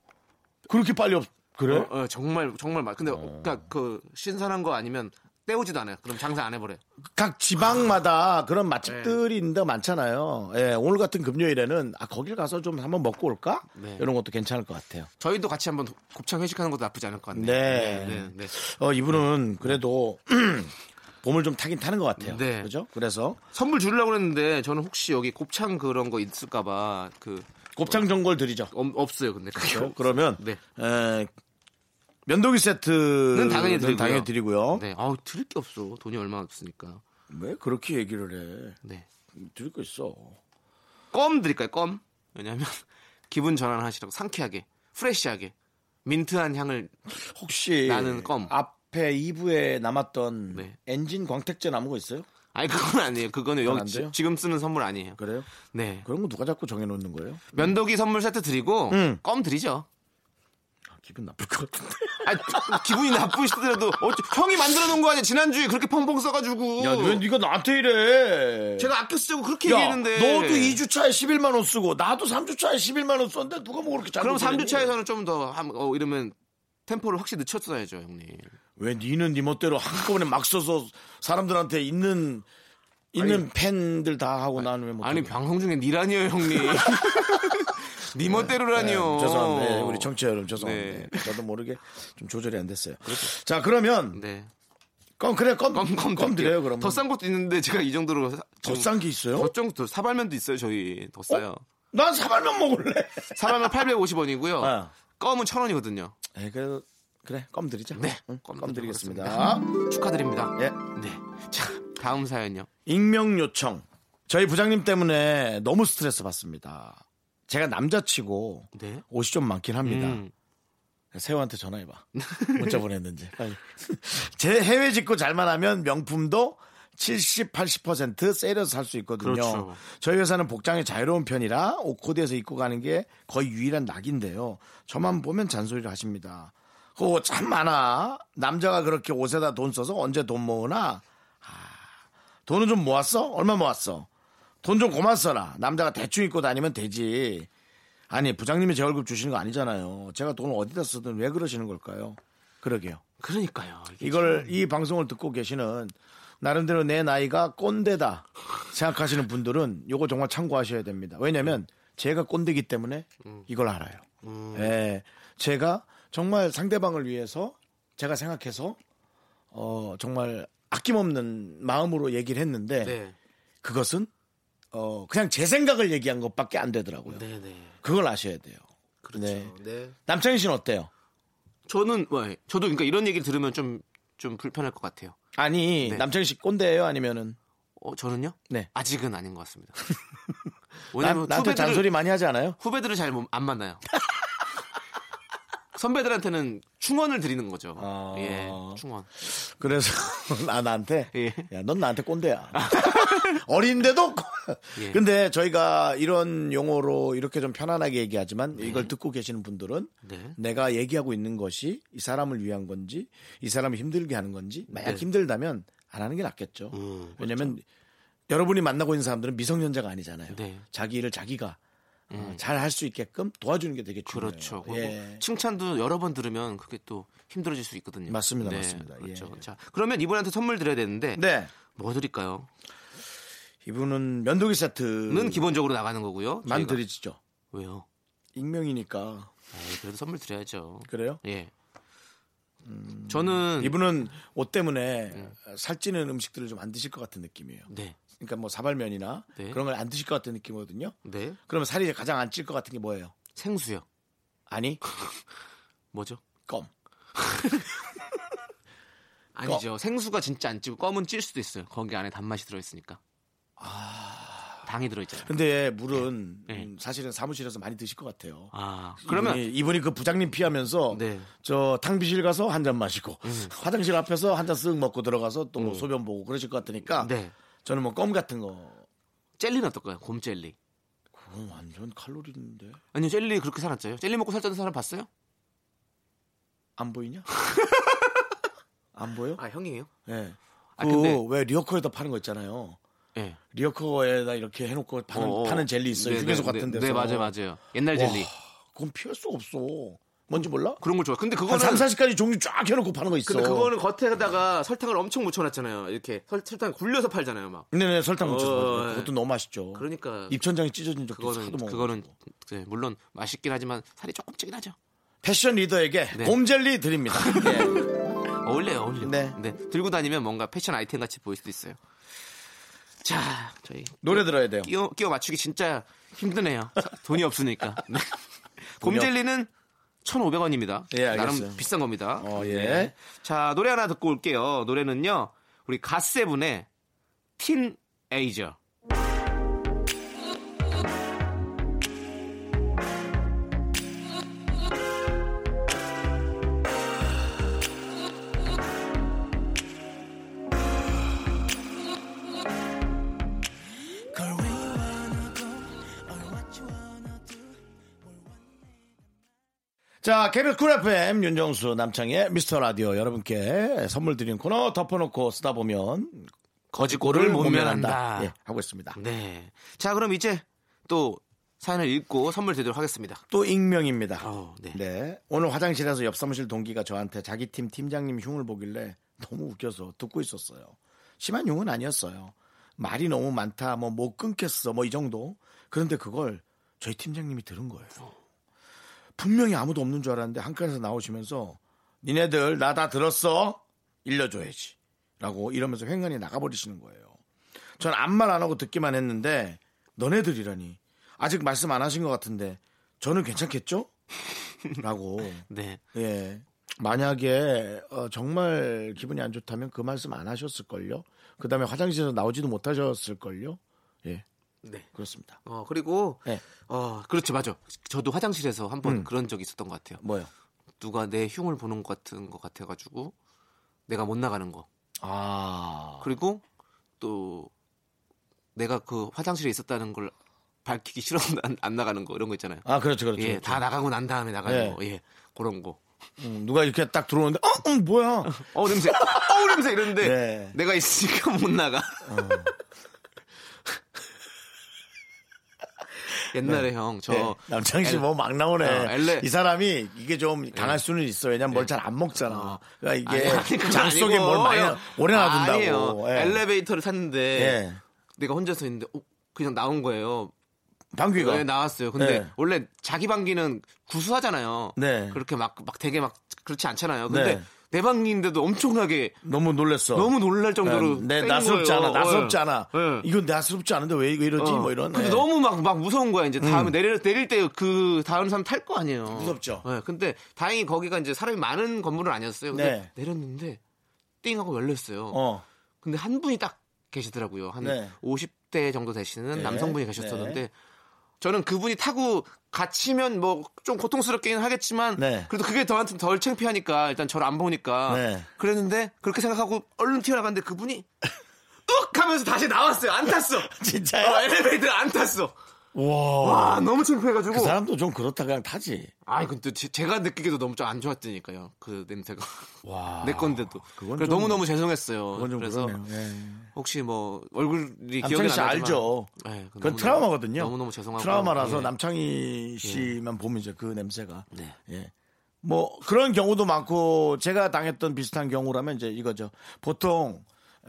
Speaker 1: 그렇게 빨리 없 그래?
Speaker 2: 어, 어, 정말 정말 맛. 근데 그러니까 그 신선한 거 아니면 때우지도 않아요. 그럼 장사 안 해버려요.
Speaker 1: 각
Speaker 2: 아.
Speaker 1: 지방마다 그런
Speaker 2: 네.
Speaker 1: 맛집들이 있는데 많잖아요. 예, 오늘 같은 금요일에는 아 거길 가서 좀 한번 먹고 올까?
Speaker 2: 네.
Speaker 1: 이런 것도 괜찮을 것 같아요.
Speaker 2: 저희도 같이 한번 곱창 회식하는 것도 나쁘지 않을 것 같네요.
Speaker 1: 네.
Speaker 2: 네, 네.
Speaker 1: 어 이분은 그래도 봄을 좀 타긴 타는 것 같아요.
Speaker 2: 네.
Speaker 1: 그죠? 그래서
Speaker 2: 선물 주려고 했는데 저는 혹시 여기 곱창 그런 거 있을까봐 그
Speaker 1: 곱창 전골 드리죠.
Speaker 2: 엄- 없어요. 근데 그게
Speaker 1: 어, 그러면
Speaker 2: 네.
Speaker 1: 에, 면도기 세트는
Speaker 2: 당연히 드리고요.
Speaker 1: 당연히 드리고요.
Speaker 2: 네. 아우 드릴 게 없어. 돈이 얼마 없으니까.
Speaker 1: 왜 그렇게 얘기를 해?
Speaker 2: 네.
Speaker 1: 드릴 거 있어.
Speaker 2: 껌 드릴까요? 껌. 왜냐하면 기분 전환하시라고 상쾌하게, 프레시하게, 민트한 향을
Speaker 1: 혹시
Speaker 2: 나는 껌.
Speaker 1: 앞에 2부에 남았던
Speaker 2: 네.
Speaker 1: 엔진 광택제 남은 거 있어요?
Speaker 2: 아니 그건 아니에요. 그거는
Speaker 1: 그건
Speaker 2: 여기
Speaker 1: 안 돼요?
Speaker 2: 지, 금 쓰는 선물 아니에요.
Speaker 1: 그래요?
Speaker 2: 네.
Speaker 1: 그런 거 누가 자꾸 정해놓는 거예요?
Speaker 2: 면도기 선물 세트 드리고
Speaker 1: 음.
Speaker 2: 껌 드리죠.
Speaker 1: 아, 기분 나쁠 것 같은데.
Speaker 2: 아 기분이 나쁘시더라도 어째- 형이 만들어 놓은 거 아니야 지난주에 그렇게 펑펑 써가지고
Speaker 1: 야, 왜 네가 나한테 이래?
Speaker 2: 제가 아껴 쓰자고 그렇게
Speaker 1: 야,
Speaker 2: 얘기했는데
Speaker 1: 너도 2주차에 11만 원 쓰고 나도 3주차에 11만 원 썼는데 누가 뭐 그렇게 잘못
Speaker 2: 그럼
Speaker 1: 3주차에
Speaker 2: 3주차에서는 좀 더 어, 이러면 템포를 확실히 늦췄어야죠 형님
Speaker 1: 왜 니는 니 멋대로 한꺼번에 막 써서 사람들한테 있는 있는 팬들 다 하고 나는 왜 못해?
Speaker 2: 아니 방송 중에 니라니요 형님 니 멋대로라니요
Speaker 1: 네. 죄송합니다. 예, 우리 청취자 여러분 죄송합니다.
Speaker 2: 네.
Speaker 1: 예, 저도 모르게 좀 조절이 안 됐어요. 자 그러면
Speaker 2: 네.
Speaker 1: 껌 그래 껌 껌
Speaker 2: 껌껌
Speaker 1: 드려요 그러면
Speaker 2: 더싼 것도 있는데 제가 이 정도로 사- 좀-
Speaker 1: 더싼 게 있어요?
Speaker 2: 더 좀- 더 사발면도 있어요 저희 더 싸요
Speaker 1: 난 사발면 먹을래.
Speaker 2: 사발면 850원이고요
Speaker 1: 아.
Speaker 2: 껌은 1000원이거든요
Speaker 1: 예, 그래 그래 껌 드리자.
Speaker 2: 네.
Speaker 1: 응, 껌,
Speaker 2: 껌
Speaker 1: 드리겠습니다.
Speaker 2: 축하드립니다
Speaker 1: 예.
Speaker 2: 네. 자, 다음 사연요.
Speaker 1: 익명 요청. 저희 부장님 때문에 너무 스트레스 받습니다. 제가 남자치고
Speaker 2: 네.
Speaker 1: 옷이 좀 많긴 합니다.
Speaker 2: 음.
Speaker 1: 세호한테 전화해봐. 문자 보냈는지. 빨리. 제 해외 직구 잘만 하면 명품도 70, 80% 세일해서 살 수 있거든요.
Speaker 2: 그렇죠.
Speaker 1: 저희 회사는 복장이 자유로운 편이라 옷 코디에서 입고 가는 게 거의 유일한 낙인데요. 저만 보면 잔소리를 하십니다. 그거 참 많아. 남자가 그렇게 옷에다 돈 써서 언제 돈 모으나? 아, 돈은 좀 모았어? 얼마 모았어? 돈 좀 고만 써라. 남자가 대충 입고 다니면 되지. 아니, 부장님이 제 월급 주시는 거 아니잖아요. 제가 돈을 어디다 쓰든 왜 그러시는 걸까요? 그러게요.
Speaker 2: 그러니까요. 이게
Speaker 1: 이걸, 이 방송을 듣고 계시는 나름대로 내 나이가 꼰대다 생각하시는 분들은 요거 정말 참고하셔야
Speaker 2: 음.
Speaker 1: 됩니다. 왜냐면 제가 꼰대기 때문에 이걸 알아요. 예. 제가 정말 상대방을 위해서 제가 생각해서 어 정말 아낌없는 마음으로 얘기를 했는데
Speaker 2: 네.
Speaker 1: 그것은 어 그냥 제 생각을 얘기한 것밖에 안 되더라고요.
Speaker 2: 네, 네.
Speaker 1: 그걸 아셔야 돼요.
Speaker 2: 그렇죠.
Speaker 1: 네.
Speaker 2: 네.
Speaker 1: 남창희 씨는 어때요?
Speaker 2: 저는 왜? 저도 그러니까 이런 얘기를 들으면 좀 좀 불편할 것 같아요.
Speaker 1: 아니
Speaker 2: 네.
Speaker 1: 남창희 씨 꼰대예요? 아니면은
Speaker 2: 어, 저는요?
Speaker 1: 네.
Speaker 2: 아직은 아닌 것 같습니다.
Speaker 1: 남,
Speaker 2: 왜냐면
Speaker 1: 나한테
Speaker 2: 후배들을-
Speaker 1: 잔소리 많이 하지 않아요?
Speaker 2: 후배들을 잘 안 만나요. 선배들한테는 충원을 드리는 거죠.
Speaker 1: 아.
Speaker 2: 예, 충원.
Speaker 1: 그래서 나 나한테
Speaker 2: 예.
Speaker 1: 야 넌 나한테 꼰대야. 어린데도 꼰-
Speaker 2: 예.
Speaker 1: 근데 저희가 이런 용어로 이렇게 좀 편안하게 얘기하지만 이걸 듣고 계시는 분들은
Speaker 2: 네.
Speaker 1: 내가 얘기하고 있는 것이 이 사람을 위한 건지 이 사람을 힘들게 하는 건지 만약
Speaker 2: 네.
Speaker 1: 힘들다면 안 하는 게 낫겠죠.
Speaker 2: 음,
Speaker 1: 왜냐면 여러분이 만나고 있는 사람들은 미성년자가 아니잖아요.
Speaker 2: 네. 음.
Speaker 1: 자기 일을 자기가 어, 잘 할 수 있게끔 도와주는 게 되게 중요해요.
Speaker 2: 그렇죠. 그리고
Speaker 1: 예.
Speaker 2: 칭찬도 여러 번 들으면 그게 또 힘들어질 수 있거든요.
Speaker 1: 맞습니다, 맞습니다.
Speaker 2: 그렇죠.
Speaker 1: 예.
Speaker 2: 자, 그러면 이분한테 선물 드려야 되는데
Speaker 1: 네.
Speaker 2: 뭐 드릴까요?
Speaker 1: 이분은 면도기 세트는
Speaker 2: 는 기본적으로 나가는 거고요.
Speaker 1: 그 만
Speaker 2: 저희가-
Speaker 1: 드리죠.
Speaker 2: 왜요?
Speaker 1: 익명이니까
Speaker 2: 에이, 그래도 선물 드려야죠.
Speaker 1: 그래요? 음,
Speaker 2: 예. 저는
Speaker 1: 이분은 옷 때문에 살찌는 음식들을 좀 안 드실 것 같은 느낌이에요.
Speaker 2: 네,
Speaker 1: 그러니까 뭐 사발면이나
Speaker 2: 네.
Speaker 1: 그런 걸 안 드실 것 같은 느낌이거든요.
Speaker 2: 네
Speaker 1: 그러면 살이 가장 안 찔 것 같은 게 뭐예요?
Speaker 2: 생수요.
Speaker 1: 아니
Speaker 2: 뭐죠?
Speaker 1: 껌.
Speaker 2: 아니죠. 생수가 진짜 안 찌고 껌은 찔 수도 있어요. 거기 안에 단맛이 들어있으니까. 당이 들어있잖아요.
Speaker 1: 아. 근데 물은
Speaker 2: 네.
Speaker 1: 음, 사실은 사무실에서 많이 드실 것 같아요.
Speaker 2: 아,
Speaker 1: 그러면
Speaker 2: 그러면
Speaker 1: 이분이, 이분이 그 부장님 피하면서
Speaker 2: 네. 음.
Speaker 1: 저 탕비실 가서 한 잔 마시고 화장실 앞에서 한 잔 쓱 먹고 들어가서 또뭐 소변 보고 그러실 것 같으니까
Speaker 2: 네.
Speaker 1: 저는 뭐 껌 같은 거
Speaker 2: 젤리는 어떨까요? 곰 젤리.
Speaker 1: 그건 완전 칼로리인데
Speaker 2: 아니요, 젤리 그렇게 살았어요. 젤리 먹고 살던 사람 봤어요?
Speaker 1: 안 보이냐? 안 보여?
Speaker 2: 아, 형이에요?
Speaker 1: 예.
Speaker 2: 아, 근데-
Speaker 1: 그왜 리어커에다 파는 거 있잖아요.
Speaker 2: 예.
Speaker 1: 리어커에다 이렇게 해놓고 파는,
Speaker 2: 어, 어.
Speaker 1: 파는 젤리 있어요.
Speaker 2: 네,
Speaker 1: 휴게소
Speaker 2: 네,
Speaker 1: 같은
Speaker 2: 네,
Speaker 1: 데서.
Speaker 2: 네, 맞아요, 맞아요. 옛날 젤리.
Speaker 1: 와, 그건 피할 수가 없어. 뭔지 몰라?
Speaker 2: 그런 걸 좋아. 근데
Speaker 1: 한
Speaker 2: 그거는
Speaker 1: 3, 40가지 종류 쫙 해놓고 파는 거 있어.
Speaker 2: 근데 그거는 겉에다가 설탕을 엄청 묻혀놨잖아요. 이렇게 설, 설탕 굴려서 팔잖아요, 막.
Speaker 1: 네네 설탕 묻혀서
Speaker 2: 어,
Speaker 1: 먹어요. 그것도 너무 맛있죠.
Speaker 2: 그러니까
Speaker 1: 입천장이 찢어진 적도 그거는,
Speaker 2: 그거는
Speaker 1: 사도 먹어.
Speaker 2: 그거는 네, 물론 맛있긴 하지만 살이 조금 찌긴 하죠.
Speaker 1: 패션 리더에게
Speaker 2: 네.
Speaker 1: 곰젤리 드립니다. 예.
Speaker 2: 어울려요, 어울려.
Speaker 1: 네.
Speaker 2: 네. 네. 들고 다니면 뭔가 패션 아이템 같이 보일 수도 있어요. 자, 저희
Speaker 1: 노래 들어야 돼요.
Speaker 2: 끼워, 끼워 맞추기 진짜 힘드네요. 사- 돈이 없으니까. 네. 곰젤리는 1,500원입니다.
Speaker 1: 예, 알겠어요.
Speaker 2: 나름 비싼 겁니다. 네.
Speaker 1: 어, 예.
Speaker 2: 자, 노래 하나 듣고 올게요. 노래는요. 우리 갓세븐의 틴 에이저.
Speaker 1: 자, KBS 쿨 FM 윤정수 남창의 미스터 라디오 여러분께 선물 드리는 코너 덮어놓고 쓰다 보면
Speaker 2: 거짓골을 못 면한다.
Speaker 1: 예, 하고 있습니다.
Speaker 2: 네. 자, 그럼 이제 또 사연을 읽고 선물 드리도록 하겠습니다.
Speaker 1: 또 익명입니다.
Speaker 2: 어, 네.
Speaker 1: 네. 오늘 화장실에서 옆 사무실 동기가 저한테 자기 팀 팀장님 흉을 보길래 너무 웃겨서 듣고 있었어요. 심한 흉은 아니었어요. 말이 너무 많다, 뭐 못 끊겠어, 뭐 이 정도. 그런데 그걸 저희 팀장님이 들은 거예요. 분명히 아무도 없는 줄 알았는데 한칸에서 나오시면서 니네들 나 다 들었어 일러줘야지 라고 이러면서 횡간히 나가버리시는 거예요. 전 아무 말 안 하고 듣기만 했는데 너네들이라니 아직 말씀 안 하신 것 같은데 저는 괜찮겠죠? 라고
Speaker 2: 네.
Speaker 1: 예 만약에 어, 정말 기분이 안 좋다면 그 말씀 안 하셨을걸요? 그 다음에 화장실에서 나오지도 못하셨을걸요? 예
Speaker 2: 네.
Speaker 1: 그렇습니다.
Speaker 2: 어, 그리고
Speaker 1: 예
Speaker 2: 어, 그렇죠. 맞아. 저도 화장실에서 한번
Speaker 1: 음.
Speaker 2: 그런 적이 있었던 것 같아요.
Speaker 1: 뭐요?
Speaker 2: 누가 내 흉을 보는 것 같은 것 같아가지고 내가 못 나가는 거.
Speaker 1: 아
Speaker 2: 그리고 또 내가 그 화장실에 있었다는 걸 밝히기 싫어서 안, 안 나가는 거 이런 거 있잖아요.
Speaker 1: 아 그렇죠 그렇죠.
Speaker 2: 예,
Speaker 1: 그렇죠.
Speaker 2: 다 나가고 난 다음에 나가는
Speaker 1: 예.
Speaker 2: 거. 예, 그런 거.
Speaker 1: 음, 누가 이렇게 딱 들어오는데 어, 음, 뭐야?
Speaker 2: 어 냄새, 어 냄새 이러는데
Speaker 1: 네. 어.
Speaker 2: 내가 있으니까 못 나가. 옛날에 형 저
Speaker 1: 네. 남창희
Speaker 2: 엘-
Speaker 1: 씨뭐 막 나오네.
Speaker 2: 어, 엘레-
Speaker 1: 이 사람이 이게 좀 강할 수는 있어. 왜냐면 뭘
Speaker 2: 네.
Speaker 1: 잘 안 먹잖아.
Speaker 2: 어.
Speaker 1: 그러니까 이게
Speaker 2: 아니, 아니, 그건
Speaker 1: 장 속에
Speaker 2: 아니고.
Speaker 1: 뭘 많이 오래 놔둔다고.
Speaker 2: 아니에요.
Speaker 1: 예.
Speaker 2: 엘리베이터를 탔는데
Speaker 1: 예.
Speaker 2: 내가 혼자서 있는데 어, 그냥 나온 거예요.
Speaker 1: 방귀가.
Speaker 2: 네, 나왔어요. 근데
Speaker 1: 그러니까. 네.
Speaker 2: 원래 자기 방귀는 구수하잖아요.
Speaker 1: 네.
Speaker 2: 그렇게 막, 막 되게 막 그렇지 않잖아요. 근데
Speaker 1: 네.
Speaker 2: 내 방귀인데도 엄청나게
Speaker 1: 너무 놀랬어.
Speaker 2: 너무 놀랄 정도로
Speaker 1: 네, 내
Speaker 2: 세인
Speaker 1: 나스럽지
Speaker 2: 거예요.
Speaker 1: 않아. 나스럽지 않아.
Speaker 2: 네.
Speaker 1: 이건 나스럽지 않은데 왜, 왜 이러지?
Speaker 2: 어.
Speaker 1: 뭐 이런.
Speaker 2: 근데
Speaker 1: 네.
Speaker 2: 너무 막 막 무서운 거야 이제 다음에 내릴 내릴 때 그 다음 사람 탈 거 아니에요.
Speaker 1: 무섭죠.
Speaker 2: 네, 근데 다행히 거기가 이제 사람이 많은 건물은 아니었어요. 근데
Speaker 1: 네.
Speaker 2: 내렸는데 띵하고 열렸어요.
Speaker 1: 어.
Speaker 2: 근데 한 분이 딱 계시더라고요. 한
Speaker 1: 네.
Speaker 2: 50대 정도 되시는
Speaker 1: 네.
Speaker 2: 남성분이 계셨었는데 저는 그분이 타고 갇히면 뭐 좀 고통스럽긴 하겠지만
Speaker 1: 네.
Speaker 2: 그래도 그게 저한테 덜 창피하니까 일단 저를 안 보니까
Speaker 1: 네.
Speaker 2: 그랬는데 그렇게 생각하고 얼른 튀어나갔는데 그분이 뚝 하면서 다시 나왔어요. 안 탔어.
Speaker 1: 진짜요?
Speaker 2: 어, 엘리베이터 안 탔어.
Speaker 1: 와.
Speaker 2: 와 너무 창피해가지고.
Speaker 1: 그 사람도 좀 그렇다 그냥 타지.
Speaker 2: 아 근데 제- 제가 느끼기도 너무 좀 안 좋았다니까요. 그 냄새가
Speaker 1: 와.
Speaker 2: 내 건데도.
Speaker 1: 그건
Speaker 2: 그래서
Speaker 1: 좀-
Speaker 2: 너무 너무 죄송했어요.
Speaker 1: 그건 좀
Speaker 2: 그래서
Speaker 1: 그러네요. 예.
Speaker 2: 혹시 뭐 얼굴이 기억이
Speaker 1: 남창희
Speaker 2: 안
Speaker 1: 씨
Speaker 2: 나지만
Speaker 1: 알죠.
Speaker 2: 네,
Speaker 1: 그건
Speaker 2: 너무너무-
Speaker 1: 트라우마거든요.
Speaker 2: 너무너무 죄송하고
Speaker 1: 트라우마라서
Speaker 2: 예.
Speaker 1: 남창희 씨만 보면 이제 그 냄새가.
Speaker 2: 네.
Speaker 1: 예. 뭐 그런 경우도 많고 제가 당했던 비슷한 경우라면 이제 이거죠. 보통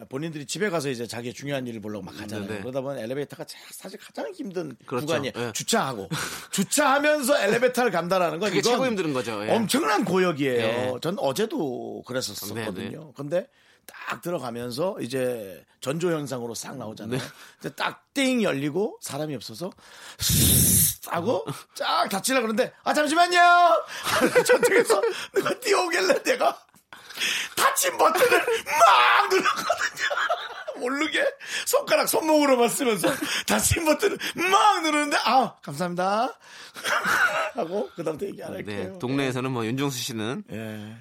Speaker 1: 본인들이 집에 가서 이제 자기의 중요한 일을 보려고 막 가잖아요.
Speaker 2: 네, 네.
Speaker 1: 그러다 보면 엘리베이터가 자- 사실 가장 힘든
Speaker 2: 그렇죠.
Speaker 1: 구간이에요.
Speaker 2: 예.
Speaker 1: 주차하고 주차하면서 엘리베이터를 간다라는 건
Speaker 2: 그게
Speaker 1: 이건
Speaker 2: 최고 힘든 거죠. 예.
Speaker 1: 엄청난 고역이에요.
Speaker 2: 예.
Speaker 1: 전 어제도 그랬었거든요.
Speaker 2: 네, 네.
Speaker 1: 근데 딱 들어가면서 이제 전조 현상으로 싹 나오잖아요.
Speaker 2: 네.
Speaker 1: 근데 딱 띵 열리고 사람이 없어서 쓱 하고 쫙 닫히려 그러는데 아 잠시만요. 저쪽에서 누가 뛰어오길래 내가 닫힌 버튼을 막 누르거든요. 모르게 손가락 손목으로만 쓰면서 닫힌 버튼을 막 누르는데 아 감사합니다 하고 그다음부터 얘기 안 할게요.
Speaker 2: 네, 동네에서는 뭐 윤종수 씨는
Speaker 1: 예.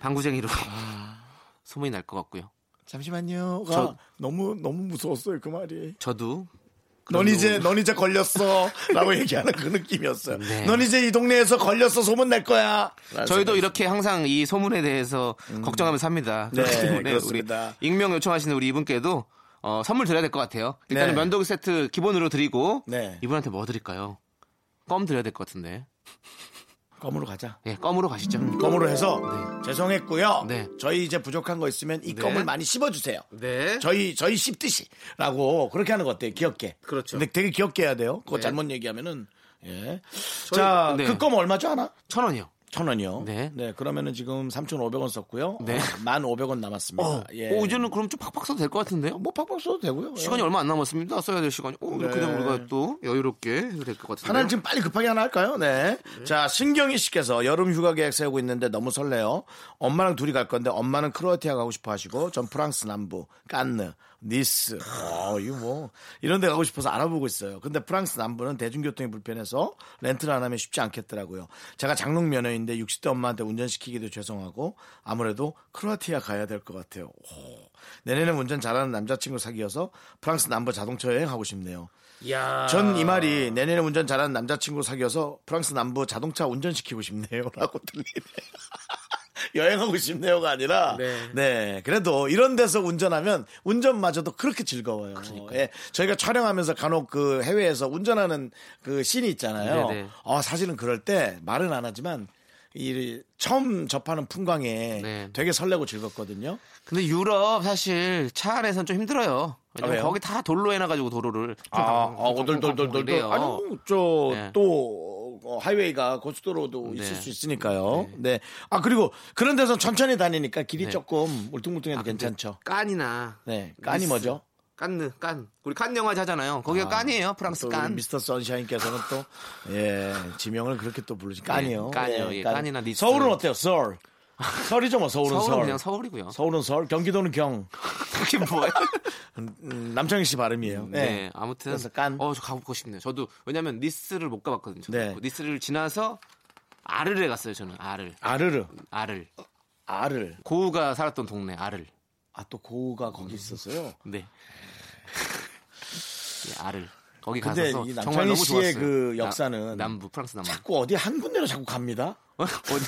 Speaker 2: 방구쟁이로
Speaker 1: 아.
Speaker 2: 소문이 날 것 같고요.
Speaker 1: 잠시만요. 가
Speaker 2: 저-
Speaker 1: 너무 너무 무서웠어요 그 말이.
Speaker 2: 저도
Speaker 1: 넌
Speaker 2: 그래도-
Speaker 1: 이제 넌 이제 걸렸어라고 얘기하는 그 느낌이었어요.
Speaker 2: 네.
Speaker 1: 넌 이제 이 동네에서 걸렸어 소문 낼 거야. 라는
Speaker 2: 저희도
Speaker 1: 생각이-
Speaker 2: 이렇게 항상 이 소문에 대해서 걱정하면서 삽니다.
Speaker 1: 음. 네,
Speaker 2: 그렇기 때문에
Speaker 1: 그렇습니다.
Speaker 2: 우리 익명 요청하시는 우리 이분께도 어, 선물 드려야 될 것 같아요. 일단은
Speaker 1: 네.
Speaker 2: 면도기 세트 기본으로 드리고
Speaker 1: 네.
Speaker 2: 이분한테 뭐 드릴까요? 껌 드려야 될 것 같은데.
Speaker 1: 검으로 가자.
Speaker 2: 예, 껌으로 가시죠.
Speaker 1: 검으로 해서
Speaker 2: 네.
Speaker 1: 죄송했고요.
Speaker 2: 네.
Speaker 1: 저희 이제 부족한 거 있으면 이
Speaker 2: 네.
Speaker 1: 검을 많이 씹어주세요.
Speaker 2: 네.
Speaker 1: 저희 저희 씹듯이라고 그렇게 하는 거 어때요? 귀엽게.
Speaker 2: 그렇죠.
Speaker 1: 근데 되게 귀엽게 해야 돼요. 그거
Speaker 2: 네.
Speaker 1: 잘못 얘기하면은 예. 자,
Speaker 2: 네.
Speaker 1: 그 검 얼마죠 하나?
Speaker 2: 천 원이요.
Speaker 1: 천 원이요.
Speaker 2: 네.
Speaker 1: 네. 그러면은 지금 3,500원 썼고요.
Speaker 2: 네.
Speaker 1: 네. 만 500원 남았습니다.
Speaker 2: 어,
Speaker 1: 예.
Speaker 2: 오, 이제는 그럼 좀 팍팍 써도 될 것 같은데요?
Speaker 1: 뭐 팍팍 써도 되고요.
Speaker 2: 시간이 얼마 안 남았습니다. 써야 될 시간이. 오, 이렇게
Speaker 1: 네.
Speaker 2: 되면 우리가 또 여유롭게 해도 될 것 같은데.
Speaker 1: 하나는 지금 빨리 급하게 하나 할까요? 네. 자, 신경희 씨께서 여름 휴가 계획 세우고 있는데 너무 설레요. 엄마랑 둘이 갈 건데 엄마는 크로아티아 가고 싶어 하시고 전 프랑스 남부, 깐느, 니스. 어, 이거 뭐 이런 데 가고 싶어서 알아보고 있어요. 근데 프랑스 남부는 대중교통이 불편해서 렌트를 안 하면 쉽지 않겠더라고요. 제가 장롱 면허인데 60대 엄마한테 운전시키기도 죄송하고 아무래도 크로아티아 가야 될 것 같아요. 오. 내년에 운전 잘하는 남자친구 사귀어서 프랑스 남부 자동차 여행 하고 싶네요. 전 이 말이 내년에 운전 잘하는 남자친구 사귀어서 프랑스 남부 자동차 운전시키고 싶네요라고 들리네요. 여행하고 싶네요가 아니라 네. 그래도 이런 데서 운전하면 운전마저도 그렇게 즐거워요. 예, 저희가 촬영하면서 간혹 그 해외에서 운전하는 그 씬이 있잖아요.
Speaker 2: 네네.
Speaker 1: 어, 사실은 그럴 때 말은 안 하지만 이 처음 접하는 풍광에
Speaker 2: 네.
Speaker 1: 되게 설레고 즐겁거든요.
Speaker 2: 근데 유럽 사실 차 안에서는 좀 힘들어요. 왜냐면
Speaker 1: 아, 왜요?
Speaker 2: 거기 다 돌로 해놔가지고 도로를.
Speaker 1: 아, 아, 오돌돌돌돌.
Speaker 2: 이래요.
Speaker 1: 아니, 뭐, 저,
Speaker 2: 어. 네.
Speaker 1: 또, 어, 하이웨이가 고속도로도
Speaker 2: 네.
Speaker 1: 있을 수 있으니까요. 네. 아, 그리고 그런 데서 천천히 다니니까 길이
Speaker 2: 네.
Speaker 1: 조금 울퉁불퉁해도
Speaker 2: 아, 근데
Speaker 1: 괜찮죠.
Speaker 2: 깐이나.
Speaker 1: 네. 깐이
Speaker 2: 미스,
Speaker 1: 뭐죠?
Speaker 2: 깐느, 깐. 우리 깐 영화 하잖아요. 거기가 깐이에요. 프랑스
Speaker 1: 또 우리
Speaker 2: 깐.
Speaker 1: 미스터 선샤인께서는 또, 예, 지명을 그렇게 또 부르지. 깐이요.
Speaker 2: 네, 깐이요. 예,
Speaker 1: 깐.
Speaker 2: 깐이나 리스.
Speaker 1: 서울은 어때요? 서울. 서울이죠, 뭐, 서울은
Speaker 2: 서울은
Speaker 1: 서울.
Speaker 2: 그냥 서울이고요.
Speaker 1: 서울은 서울, 경기도는 경.
Speaker 2: 그게 뭐예요?
Speaker 1: 음, 남창희 씨 발음이에요.
Speaker 2: 네.
Speaker 1: 네.
Speaker 2: 아무튼.
Speaker 1: 그래서 깐.
Speaker 2: 어, 저 가보고 싶네요. 저도 왜냐면 니스를 못 가봤거든요. 저도. 그
Speaker 1: 네.
Speaker 2: 니스를 지나서 아르를 갔어요. 저는 아르,
Speaker 1: 아르르.
Speaker 2: 아르.
Speaker 1: 아를.
Speaker 2: 고우가 살았던 동네 아르.
Speaker 1: 아, 또 고우가 거기 있었어요.
Speaker 2: 네. 예, 아를 거기 가서
Speaker 1: 근데 이
Speaker 2: 정말
Speaker 1: 남창희
Speaker 2: 너무
Speaker 1: 씨의
Speaker 2: 좋았어요.
Speaker 1: 그
Speaker 2: 나-
Speaker 1: 역사는
Speaker 2: 남부 프랑스 남부
Speaker 1: 자꾸 어디 한 군데로 자꾸 갑니다.
Speaker 2: 어? 어디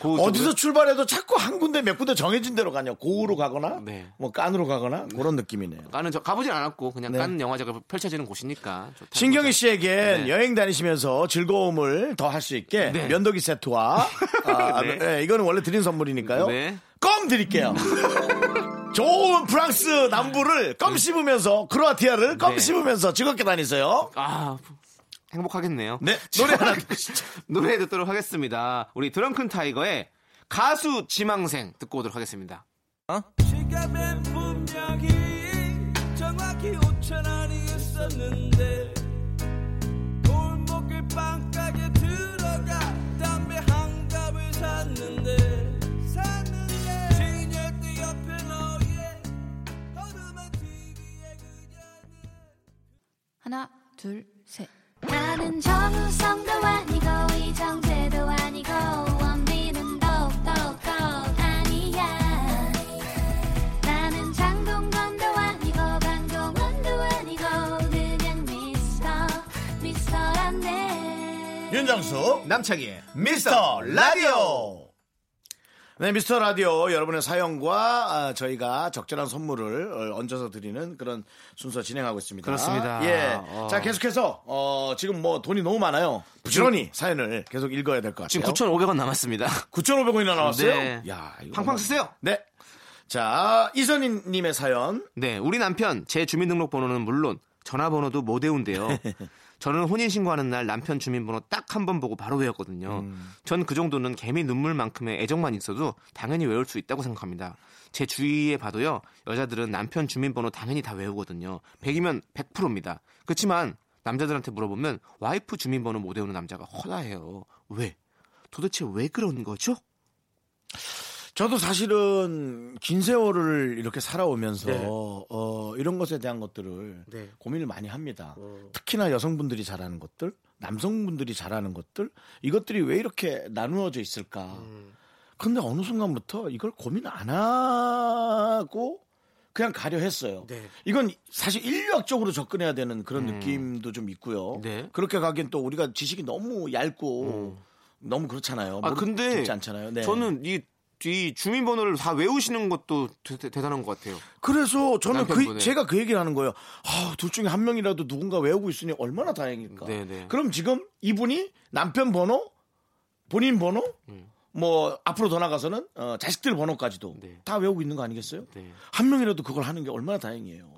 Speaker 2: 고-
Speaker 1: 어디서 출발해도 자꾸 한 군데 몇 군데 정해진 데로 가냐. 고우로 가거나
Speaker 2: 네.
Speaker 1: 뭐 깐으로 가고나 그런 느낌이네요.
Speaker 2: 나는 저 가보진 않았고 그냥
Speaker 1: 네.
Speaker 2: 깐 영화제가 펼쳐지는 곳이니까 좋다는
Speaker 1: 신경희
Speaker 2: 거죠.
Speaker 1: 씨에겐
Speaker 2: 네.
Speaker 1: 여행 다니시면서 즐거움을 더 할 수 있게
Speaker 2: 네.
Speaker 1: 면도기 세트와 아,
Speaker 2: 네.
Speaker 1: 네, 이거는 원래 드린 선물이니까요.
Speaker 2: 네.
Speaker 1: 껌 드릴게요. 좋은 프랑스 남부를 껌 씹으면서 크로아티아를 껌
Speaker 2: 네.
Speaker 1: 씹으면서 즐겁게 다니세요.
Speaker 2: 아 행복하겠네요.
Speaker 1: 네, 노래 하나 듣시죠.
Speaker 2: 노래 듣도록 하겠습니다. 우리 드렁큰 타이거의 가수 지망생 듣고 오도록 하겠습니다.
Speaker 7: 시간은 분명히 정확히 5천 원이 있었는데 골목길 빵가게 들어가 담배 한 갑을 샀는데 샀는데 진열대 옆에 너의 걸음은 TV에 그녀는
Speaker 8: 하나, 둘, 셋.
Speaker 3: 나는 정우성도 아니고 이정재도 아니고 원빈은 더욱더 아니야 나는 장동건도 아니고 강동원도 아니고 그냥 미스터 미스터란데
Speaker 1: 윤정수 남창희의 미스터 라디오 네, 미스터 라디오 여러분의 사연과 아, 저희가 적절한 선물을 어, 얹어서 드리는 그런 순서 진행하고 있습니다.
Speaker 2: 그렇습니다.
Speaker 1: 예.
Speaker 2: 어.
Speaker 1: 자, 계속해서 어, 지금 뭐 돈이 너무 많아요. 부지런히 사연을 계속 읽어야 될 것 같아요.
Speaker 2: 지금 9,500원 남았습니다.
Speaker 1: 9,500원이나 나왔어요.
Speaker 2: 네.
Speaker 1: 야, 이거
Speaker 2: 팡팡
Speaker 1: 너무-
Speaker 2: 쓰세요.
Speaker 1: 네. 자, 이선희 님의 사연.
Speaker 2: 네, 우리 남편 제 주민등록번호는 물론 전화번호도 못 외운데요. 저는 혼인신고하는 날 남편 주민번호 딱 한 번 보고 바로 외웠거든요. 전 그 정도는 개미 눈물만큼의 애정만 있어도 당연히 외울 수 있다고 생각합니다. 제 주위에 봐도요, 여자들은 남편 주민번호 당연히 다 외우거든요. 100이면 100%입니다. 그렇지만 남자들한테 물어보면 와이프 주민번호 못 외우는 남자가 허다해요. 왜? 도대체 왜 그런 거죠?
Speaker 1: 저도 사실은 긴 세월을 이렇게 살아오면서 어, 이런 것에 대한 것들을
Speaker 2: 네.
Speaker 1: 고민을 많이 합니다.
Speaker 2: 어.
Speaker 1: 특히나 여성분들이 잘하는 것들, 남성분들이 잘하는 것들, 이것들이 왜 이렇게 나누어져 있을까.
Speaker 2: 음.
Speaker 1: 근데 어느 순간부터 이걸 고민 안 하고 그냥 가려 했어요.
Speaker 2: 네.
Speaker 1: 이건 사실 인류학적으로 접근해야 되는 그런 느낌도 좀 있고요.
Speaker 2: 음. 네. 어.
Speaker 1: 그렇게 가기엔 또 우리가 지식이 너무 얇고 너무 그렇잖아요.
Speaker 2: 아
Speaker 1: 모르-
Speaker 2: 근데
Speaker 1: 깊지 않잖아요. 네.
Speaker 2: 저는 이, 이 주민번호를 다 외우시는 것도 대, 단한것 같아요.
Speaker 1: 그래서 저는 그,
Speaker 2: 남편분의.
Speaker 1: 제가 그 얘기를 하는 거예요. 아, 둘 중에 한 명이라도 누군가 외우고 있으니 얼마나 다행일까.
Speaker 2: 네네.
Speaker 1: 그럼 지금 이분이 남편 번호, 본인 번호,
Speaker 2: 음.
Speaker 1: 뭐 앞으로 더 나가서는 어, 자식들 번호까지도
Speaker 2: 네.
Speaker 1: 다 외우고 있는 거 아니겠어요?
Speaker 2: 네.
Speaker 1: 한 명이라도 그걸 하는 게 얼마나 다행이에요.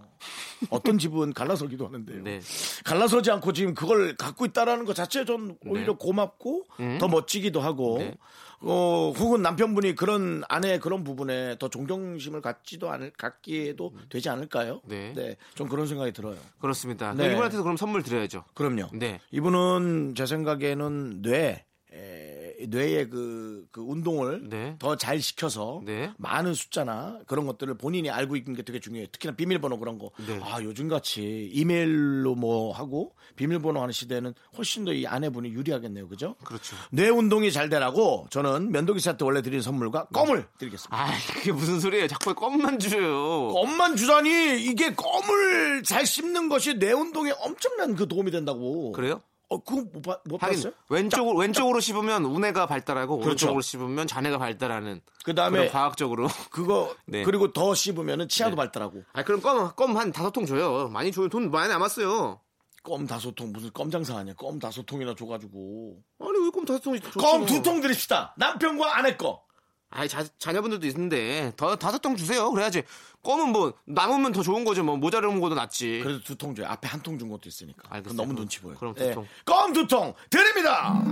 Speaker 1: 어떤 집은 갈라서기도 하는데요.
Speaker 2: 네.
Speaker 1: 갈라서지 않고 지금 그걸 갖고 있다라는 것 자체에 전 오히려 고맙고 더 멋지기도 하고
Speaker 2: 음. 네.
Speaker 1: 어, 혹은 남편분이 그런 아내의 그런 부분에 더 존경심을 갖지도 않을 갖기에도 되지 않을까요?
Speaker 2: 음. 네.
Speaker 1: 좀 그런 생각이 들어요.
Speaker 2: 그렇습니다.
Speaker 1: 네.
Speaker 2: 이분한테도 그럼 선물 드려야죠.
Speaker 1: 그럼요.
Speaker 2: 네.
Speaker 1: 이분은 제 생각에는 뇌 에, 뇌의 그, 그 운동을
Speaker 2: 네.
Speaker 1: 더 잘 시켜서
Speaker 2: 네.
Speaker 1: 많은 숫자나 그런 것들을 본인이 알고 있는 게 되게 중요해요. 특히나 비밀번호 그런 거.
Speaker 2: 네.
Speaker 1: 아 요즘같이 이메일로 뭐 하고 비밀번호 하는 시대에는 훨씬 더 이 아내분이 유리하겠네요. 그죠?
Speaker 2: 그렇죠.
Speaker 1: 뇌 운동이 잘 되라고 저는 면도기 세트 원래 드리는 선물과 껌을 드리겠습니다.
Speaker 2: 아 그게 무슨 소리예요? 자꾸 껌만 줘요.
Speaker 1: 껌만 주다니 이게 껌을 잘 씹는 것이 뇌 운동에 엄청난 그 도움이 된다고.
Speaker 2: 그래요?
Speaker 1: 어, 그거 못, 봤- 못
Speaker 2: 하긴
Speaker 1: 봤어요?
Speaker 2: 왼쪽으로 왼쪽으로 씹으면 우뇌가 발달하고
Speaker 1: 그렇죠.
Speaker 2: 오른쪽으로 씹으면 자뇌가 발달하는
Speaker 1: 그다음에
Speaker 2: 그런 과학적으로.
Speaker 1: 그거
Speaker 2: 네.
Speaker 1: 그리고 더 씹으면은 치아도
Speaker 2: 네.
Speaker 1: 발달하고
Speaker 2: 아 그럼 껌껌 한 다섯 통 줘요. 많이 줘요. 돈 많이 남았어요.
Speaker 1: 껌 다소통 무슨 껌 장사 아니야 껌 다소통이나 줘가지고
Speaker 2: 아니 왜 껌 다섯 통?
Speaker 1: 껌 두 통 드립시다 남편과 아내 거
Speaker 2: 아니 자, 자녀분들도 있는데 더 다섯 통 주세요. 그래야지. 껌은 뭐 남으면 더 좋은 거죠. 뭐 모자르는 것도 낫지.
Speaker 1: 그래도 두 통 줘요 앞에 한 통 준 것도 있으니까 그럼
Speaker 2: 예. 알겠어요.
Speaker 1: 너무
Speaker 2: 그럼-
Speaker 1: 눈치 보여
Speaker 2: 그럼 두 통.
Speaker 1: 껌 두 통 드립니다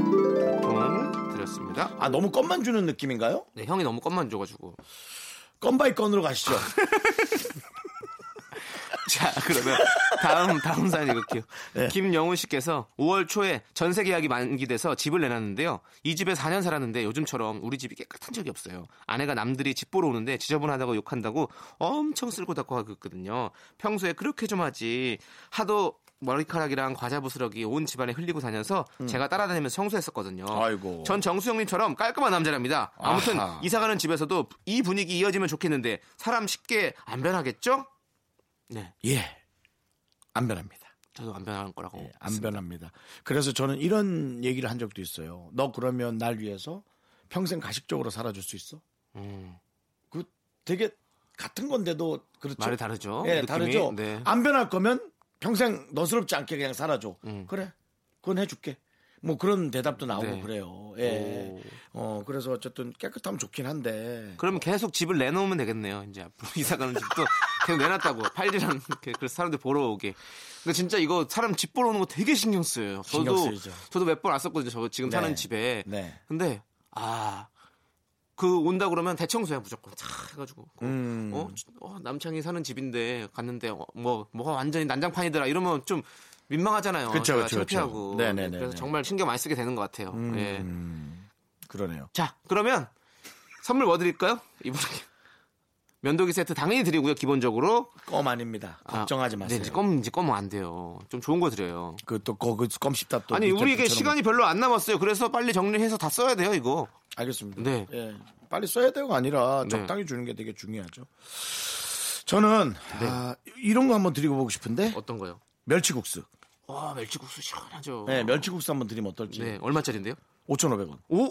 Speaker 2: 통 드렸습니다.
Speaker 1: 아 너무 껌만 주는 느낌인가요?
Speaker 2: 네 형이 너무 껌만 줘가지고.
Speaker 1: 껌 바이 껌으로 가시죠
Speaker 2: 자, 그러면 다음 다음 사연 읽을게요.
Speaker 1: 네.
Speaker 2: 김영훈 씨께서 5월 초에 전세 계약이 만기돼서 집을 내놨는데요. 이 집에 4년 살았는데 요즘처럼 우리 집이 깨끗한 적이 없어요. 아내가 남들이 집 보러 오는데 지저분하다고 욕한다고 엄청 쓸고 닦고 하거든요. 평소에 그렇게 좀 하지. 하도 머리카락이랑 과자 부스러기 온 집안에 흘리고 다녀서 제가 따라다니면서 청소했었거든요.
Speaker 1: 음. 아이고.
Speaker 2: 전 정수영님처럼 깔끔한 남자랍니다. 아무튼
Speaker 1: 아하.
Speaker 2: 이사가는 집에서도 이 분위기 이어지면 좋겠는데 사람 쉽게 안 변하겠죠? 네.
Speaker 1: 예 안 변합니다
Speaker 2: 저도 안 변할 거라고.
Speaker 1: 예, 안
Speaker 2: 믿습니다.
Speaker 1: 변합니다 그래서 저는 이런 얘기를 한 적도 있어요 너 그러면 날 위해서 평생 가식적으로 살아줄 수 있어?
Speaker 2: 음,
Speaker 1: 그 되게 같은 건데도 그렇죠.
Speaker 2: 말이 다르죠.
Speaker 1: 예,
Speaker 2: 느낌이.
Speaker 1: 다르죠.
Speaker 2: 네.
Speaker 1: 안 변할 거면 평생 너스럽지 않게 그냥 살아줘.
Speaker 2: 음.
Speaker 1: 그래, 그건 해줄게. 뭐 그런 대답도 나오고
Speaker 2: 네.
Speaker 1: 그래요. 예. 어 그래서 어쨌든 깨끗하면 좋긴 한데
Speaker 2: 그러면 계속 집을 내놓으면 되겠네요. 이제 앞으로 이사 가는 집도 계속 내놨다고 팔지랑 이렇게 그래서 사람들 보러 오게. 근데 진짜 이거 사람 집 보러 오는 거 되게 신경 쓰여요.
Speaker 1: 신경
Speaker 2: 저도
Speaker 1: 쓰이죠.
Speaker 2: 저도 몇 번 왔었거든요. 저 지금
Speaker 1: 네.
Speaker 2: 사는 집에.
Speaker 1: 네.
Speaker 2: 근데 아. 그 온다 그러면 대청소야 무조건 차 해가지고
Speaker 1: 음.
Speaker 2: 어? 어, 남창이 사는 집인데 갔는데 어, 뭐 뭐가 완전히 난장판이더라 이러면 좀 민망하잖아요.
Speaker 1: 그쵸,
Speaker 2: 제가
Speaker 1: 그쵸, 그쵸.
Speaker 2: 창피하고
Speaker 1: 네네네.
Speaker 2: 그래서 정말 신경 많이 쓰게 되는 것 같아요. 예.
Speaker 1: 음, 그러네요.
Speaker 2: 자, 그러면 선물 뭐 드릴까요? 이분에게. 면도기 세트 당연히 드리고요, 기본적으로.
Speaker 1: 껌 아닙니다. 걱정하지
Speaker 2: 아,
Speaker 1: 마세요.
Speaker 2: 네, 이제 껌, 이제 껌은 안 돼요. 좀 좋은 거 드려요.
Speaker 1: 그또그껌 씹다 또
Speaker 2: 아니,
Speaker 1: 밑에
Speaker 2: 우리에게
Speaker 1: 붙여놓은
Speaker 2: 시간이 별로 안 남았어요. 그래서 빨리 정리해서 다 써야 돼요, 이거.
Speaker 1: 거. 알겠습니다.
Speaker 2: 네.
Speaker 1: 예. 빨리 써야 되고가 아니라 적당히 주는 게 되게 중요하죠. 저는 아, 이런 거 한번 드리고 보고 싶은데
Speaker 2: 네. 어떤 거요?
Speaker 1: 멸치국수.
Speaker 2: 와, 멸치국수 시원하죠.
Speaker 1: 네, 멸치국수 한번 드리면 어떨지.
Speaker 2: 네, 얼마짜리인데요?
Speaker 1: 5,500원.
Speaker 2: 오!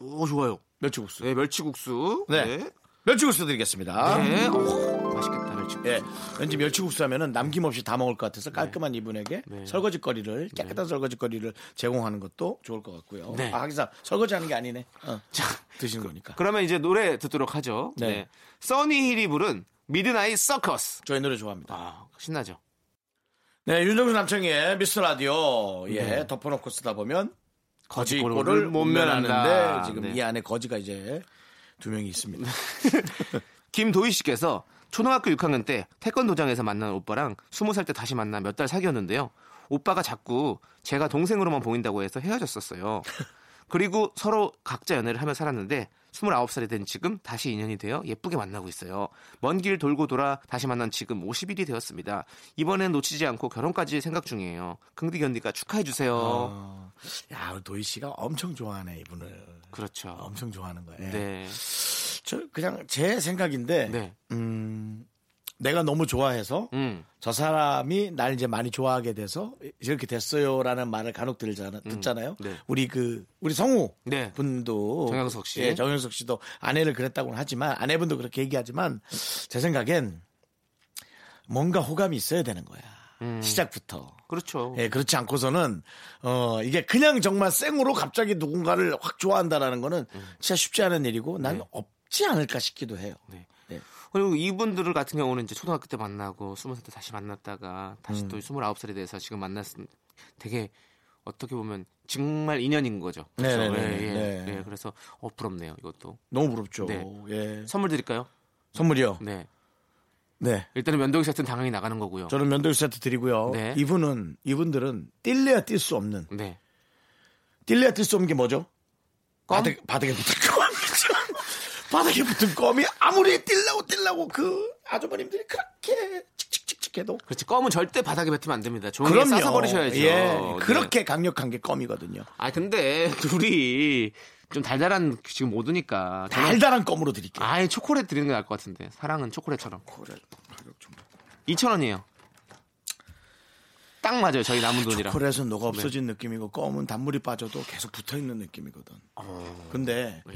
Speaker 2: 오, 좋아요.
Speaker 1: 멸치국수.
Speaker 2: 네, 멸치국수.
Speaker 1: 네.
Speaker 2: 네.
Speaker 1: 멸치국수 드리겠습니다.
Speaker 2: 네. 오, 맛있겠다, 멸치국수.
Speaker 1: 예. 왠지 멸치국수 하면은 남김없이 다 먹을 것
Speaker 2: 네.
Speaker 1: 같아서 깔끔한 이분에게 설거지거리를 깨끗한 설거지거리를 제공하는 것도 좋을 것 같고요.
Speaker 2: 네.
Speaker 1: 아, 항상 설거지하는 게 아니네. 어.
Speaker 2: 자,
Speaker 1: 드시는 거니까.
Speaker 2: 그러면 이제 노래 듣도록 하죠.
Speaker 1: 네.
Speaker 2: 네. 써니힐이 부른 미드나잇 서커스.
Speaker 1: 저희 노래 좋아합니다.
Speaker 2: 아, 신나죠.
Speaker 1: 네, 윤정수 남청의 미스터 라디오. 예, 덮어놓고 쓰다 보면 거지
Speaker 2: 네. 거지
Speaker 1: 꼴을 못 면하는데 지금
Speaker 2: 네.
Speaker 1: 이 안에 거지가 이제 두 명이 있습니다.
Speaker 2: 김도희 씨께서 초등학교 6학년 때 태권도장에서 만난 오빠랑 20살 때 다시 만나 몇 달 사귀었는데요. 오빠가 자꾸 제가 동생으로만 보인다고 해서 헤어졌었어요. 그리고 서로 각자 연애를 하며 살았는데 29살이 된 지금 다시 인연이 되어 예쁘게 만나고 있어요. 먼 길 돌고 돌아 다시 만난 지금 50일이 되었습니다. 이번엔 놓치지 않고 결혼까지 생각 중이에요. 긍디 견디가 축하해 주세요.
Speaker 1: 어.
Speaker 2: 네.
Speaker 1: 야, 우리 도희 씨가 엄청 좋아하네, 이분을.
Speaker 2: 그렇죠.
Speaker 1: 엄청 좋아하는 거예요.
Speaker 2: 네.
Speaker 1: 저 그냥 제 생각인데
Speaker 2: 네.
Speaker 1: 음, 내가 너무 좋아해서
Speaker 2: 음.
Speaker 1: 저 사람이 날 이제 많이 좋아하게 돼서 이렇게 됐어요라는 말을 간혹 들잖아, 듣잖아요.
Speaker 2: 네.
Speaker 1: 우리 그 우리 성우
Speaker 2: 네.
Speaker 1: 분도
Speaker 2: 정영석 씨.
Speaker 1: 예, 정영석 씨도 아내를 그랬다고는 하지만 아내분도 그렇게 얘기하지만 제 생각엔 뭔가 호감이 있어야 되는 거야.
Speaker 2: 음.
Speaker 1: 시작부터.
Speaker 2: 그렇죠.
Speaker 1: 예, 그렇지 않고서는 어 이게 그냥 정말 생으로 갑자기 누군가를 확 좋아한다라는 거는
Speaker 2: 음.
Speaker 1: 진짜 쉽지 않은 일이고 난 없지 않을까 싶기도 해요.
Speaker 2: 네.
Speaker 1: 네.
Speaker 2: 그리고 이분들 같은 경우는 이제 초등학교 때 만나고 스무 살 때 다시 만났다가 다시
Speaker 1: 음.
Speaker 2: 또 스물아홉 살이 돼서 지금 만났은 되게 어떻게 보면 정말 인연인 거죠. 그렇죠?
Speaker 1: 네네네.
Speaker 2: 예, 예.
Speaker 1: 네.
Speaker 2: 네, 그래서 어 부럽네요. 이것도
Speaker 1: 너무 부럽죠.
Speaker 2: 네.
Speaker 1: 예.
Speaker 2: 선물 드릴까요?
Speaker 1: 선물이요.
Speaker 2: 네.
Speaker 1: 네.
Speaker 2: 일단은 면도기 세트는 당연히 나가는 거고요.
Speaker 1: 저는 면도기 세트 드리고요.
Speaker 2: 네.
Speaker 1: 이분은 이분들은 뛸래야 뛸 수 없는
Speaker 2: 네.
Speaker 1: 뛸래야 뛸 수 없는 게 뭐죠?
Speaker 2: 껌?
Speaker 1: 바닥, 바닥에 붙은 껌이죠. 바닥에 붙은 껌이 아무리 뛸라고 뛸라고 그 아주머님들이 그렇게 칙칙칙칙 해도
Speaker 2: 그렇지. 껌은 절대 바닥에 뱉으면 안 됩니다. 종이에
Speaker 1: 그럼요.
Speaker 2: 싸서 버리셔야죠.
Speaker 1: 예.
Speaker 2: 네.
Speaker 1: 그렇게 강력한 게 껌이거든요.
Speaker 2: 아 근데 둘이 좀 달달한 지금 못 오니까 저는
Speaker 1: 달달한 껌으로 드릴게요.
Speaker 2: 아예 초콜릿 드리는 게 나을 것 같은데 사랑은 초콜릿처럼.
Speaker 1: 초콜릿 가격 좀 봐.
Speaker 2: 2천 원이에요. 딱 맞아요. 저희 남은 돈이랑.
Speaker 1: 초콜릿은
Speaker 2: 네.
Speaker 1: 녹아 없어진 느낌이고 껌은 단물이 빠져도 계속 붙어 있는 느낌이거든.
Speaker 2: 어.
Speaker 1: 근데
Speaker 2: 네.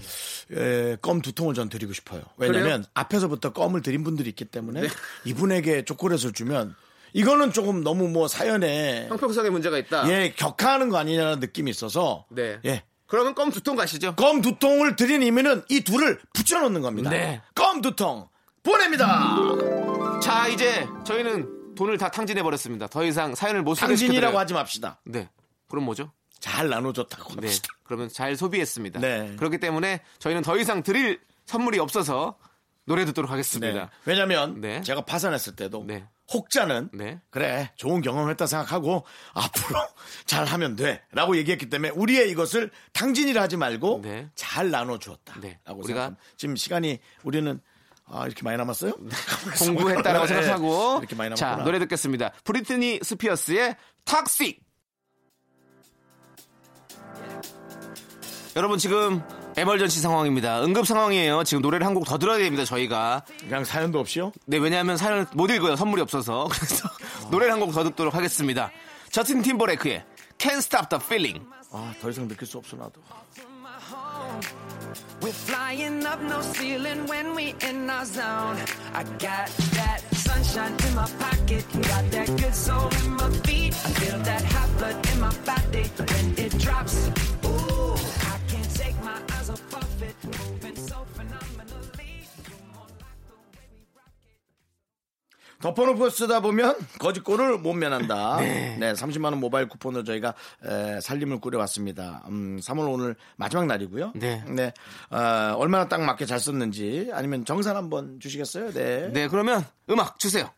Speaker 1: 예, 껌 두 통을 전 드리고 싶어요. 왜냐면 앞에서부터 껌을 드린 분들이 있기
Speaker 2: 네.
Speaker 1: 때문에 이분에게 초콜릿을 주면 이거는 조금 너무 뭐 사연에
Speaker 2: 형평성에 문제가 있다.
Speaker 1: 예 격하는 거 아니냐는 느낌이 있어서
Speaker 2: 네.
Speaker 1: 예.
Speaker 2: 그러면 껌 두 통 가시죠.
Speaker 1: 껌 두 통을 드린 이유는 이 둘을 붙여놓는 겁니다.
Speaker 2: 네. 음.
Speaker 1: 껌 두 통 보냅니다.
Speaker 2: 자, 이제 저희는 돈을 다 탕진해 버렸습니다. 더 이상 사연을 못
Speaker 1: 당신이라고
Speaker 2: 소개시켜드려요.
Speaker 1: 하지 맙시다.
Speaker 2: 네. 그럼 뭐죠?
Speaker 1: 잘 나눠줬다고
Speaker 2: 네.
Speaker 1: 합시다.
Speaker 2: 그러면 잘 소비했습니다.
Speaker 1: 네.
Speaker 2: 그렇기 때문에 저희는 더 이상 드릴 선물이 없어서 노래 듣도록
Speaker 1: 네.
Speaker 2: 하겠습니다.
Speaker 1: 왜냐면
Speaker 2: 네.
Speaker 1: 제가 파산했을 때도
Speaker 2: 네.
Speaker 1: 혹자는
Speaker 2: 네.
Speaker 1: 그래 좋은 경험했다 생각하고 앞으로 잘하면 돼라고 얘기했기 때문에 우리의 이것을 당진이라 하지 말고
Speaker 2: 네.
Speaker 1: 잘 나눠 주었다라고
Speaker 2: 네. 우리가-
Speaker 1: 생각합니다. 지금 시간이 우리는 아 이렇게 많이 남았어요?
Speaker 2: 공부했다라고
Speaker 1: 네.
Speaker 2: 생각하고
Speaker 1: 이렇게 많이
Speaker 2: 자,
Speaker 1: 남았구나.
Speaker 2: 노래 듣겠습니다. 브리트니 스피어스의 탁식. 여러분 지금 에멀전시 상황입니다. 응급 상황이에요. 지금 노래를 한 곡 더 들어야 됩니다. 저희가
Speaker 1: 그냥 사연도 없이요?
Speaker 2: 네, 왜냐하면 사연을 못 읽어요. 선물이 없어서. 그래서 노래를 한 곡 더 듣도록 하겠습니다. 저틴 팀버레크의 Can't Stop the Feeling.
Speaker 1: 아 더 이상 느낄 수 없어 나도.
Speaker 6: We're flying up no ceiling when we in our zone. I got that zone.
Speaker 9: sunshine in my pocket. Got that good soul in my feet. I feel that hot blood in my body when it drops. Ooh, I can't take my eyes off of it. Moving so phenomenally. You more like the way we rock it.
Speaker 1: 덮어놓고 쓰다 보면 거짓골을 못 면한다. 네. 30만원 모바일 쿠폰으로 저희가 에, 살림을 꾸려왔습니다. 음, 3월 오늘 마지막 날이고요.
Speaker 2: 네.
Speaker 1: 어, 얼마나 딱 맞게 잘 썼는지 아니면 정산 한번 주시겠어요? 네.
Speaker 2: 네, 그러면 음악 주세요.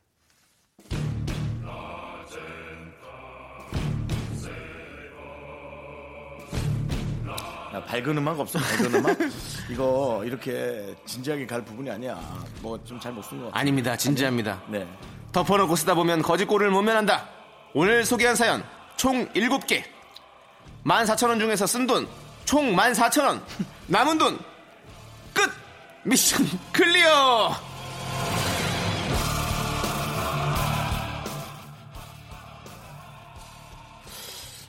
Speaker 1: 야, 밝은 음악 없어, 밝은 음악? 이거 이렇게 진지하게 갈 부분이 아니야. 뭐 좀 잘 못 쓴 것 같아.
Speaker 2: 아닙니다. 진지합니다.
Speaker 1: 네.
Speaker 2: 덮어놓고 쓰다 보면 거짓골을 못 면한다. 오늘 소개한 사연 총 7개. 14,000원 중에서 쓴 돈, 총 14,000원. 남은 돈, 끝! 미션 클리어!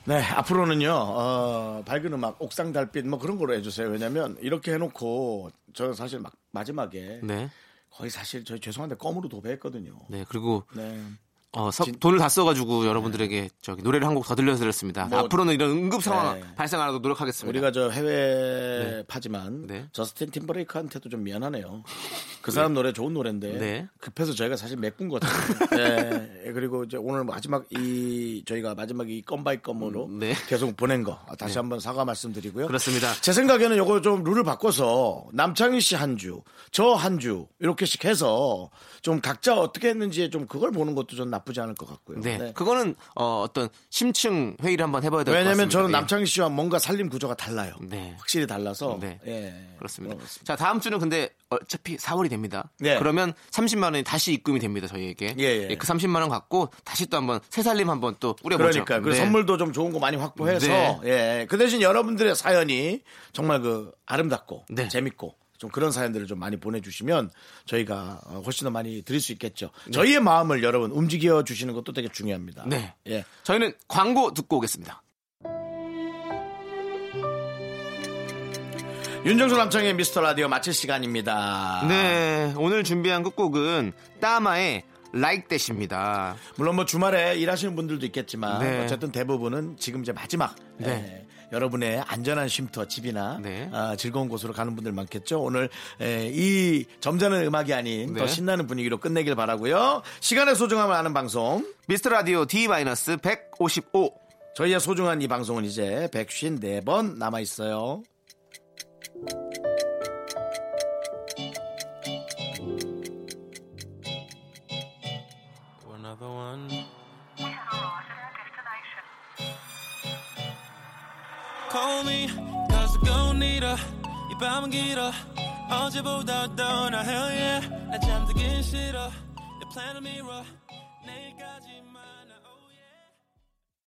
Speaker 1: 네, 앞으로는요, 어, 밝은 음악, 옥상 달빛 뭐 그런 거로 해주세요. 왜냐면 이렇게 해놓고 저 사실 막 마지막에
Speaker 2: 네.
Speaker 1: 거의 사실 저 죄송한데 껌으로 도배했거든요.
Speaker 2: 네, 그리고
Speaker 1: 네.
Speaker 2: 어, 서- 돈을 다 써가지고 여러분들에게 저기 노래를 한 곡 더 들려드렸습니다.
Speaker 1: 뭐-
Speaker 2: 앞으로는 이런 응급 상황
Speaker 1: 네.
Speaker 2: 발생 안 하도록 노력하겠습니다.
Speaker 1: 우리가 저 해외 파지만
Speaker 2: 네.
Speaker 1: 저스틴 팀버레이크한테도 좀 미안하네요. 그 사람 노래 좋은 노래인데
Speaker 2: 네.
Speaker 1: 급해서 저희가 사실 메꾼 거잖아요. 네. 그리고 이제 오늘 마지막 이 저희가 마지막 이 건바이 건으로
Speaker 2: 음, 네.
Speaker 1: 계속 보낸 거 다시 한번 사과 말씀드리고요.
Speaker 2: 그렇습니다.
Speaker 1: 제 생각에는 요거 좀 룰을 바꿔서 남창희 씨 한 주, 저 한 주 이렇게씩 해서 좀 각자 어떻게 했는지 좀 그걸 보는 것도 전 나쁘지 않을 것 같고요.
Speaker 2: 네.
Speaker 1: 네.
Speaker 2: 그거는 어, 어떤 심층 회의를 한번 해봐야 될 것 같습니다.
Speaker 1: 왜냐면 저는
Speaker 2: 예.
Speaker 1: 남창희 씨와 뭔가 살림 구조가 달라요.
Speaker 2: 네.
Speaker 1: 확실히 달라서.
Speaker 2: 네.
Speaker 1: 예.
Speaker 2: 그렇습니다.
Speaker 1: 그렇습니다.
Speaker 2: 자, 다음 주는 근데 어차피 4월이 됩니다.
Speaker 1: 네.
Speaker 2: 그러면 30만 원이 다시 입금이 됩니다, 저희에게.
Speaker 1: 예, 예.
Speaker 2: 그 30만 원 갖고 다시 또 한번 새살림 한번 또 꾸려보죠.
Speaker 1: 그러니까 그
Speaker 2: 네.
Speaker 1: 선물도 좀 좋은 거 많이 확보해서
Speaker 2: 네.
Speaker 1: 예. 그 대신 여러분들의 사연이 정말 그 아름답고
Speaker 2: 네.
Speaker 1: 재밌고 좀 그런 사연들을 좀 많이 보내주시면 저희가 어, 훨씬 더 많이 드릴 수 있겠죠. 저희의 마음을 여러분 움직여 주시는 것도 되게 중요합니다.
Speaker 2: 네.
Speaker 1: 예.
Speaker 2: 저희는 광고 듣고 오겠습니다.
Speaker 1: 윤정수 남창의 미스터 라디오 마칠 시간입니다.
Speaker 2: 네. 오늘 준비한 끝곡은 따마의 Like That입니다.
Speaker 1: 물론 뭐 주말에 일하시는 분들도 있겠지만
Speaker 2: 네.
Speaker 1: 어쨌든 대부분은 지금 이제 마지막
Speaker 2: 네.
Speaker 1: 예, 여러분의 안전한 쉼터 집이나
Speaker 2: 네.
Speaker 1: 아, 즐거운 곳으로 가는 분들 많겠죠. 오늘 예, 이 점잖은 음악이 아닌
Speaker 2: 네.
Speaker 1: 더 신나는 분위기로 끝내길 바라고요. 시간의 소중함을 아는 방송.
Speaker 2: 미스터 라디오 D-155.
Speaker 1: 저희의 소중한 이 방송은 이제 154번 남아 있어요.
Speaker 7: Call me 가서 꼭 need 이 밤은 길어 어제보다 더나 hell yeah 나 oh. 잠들기 싫어 Your plan to mirror 내일까지만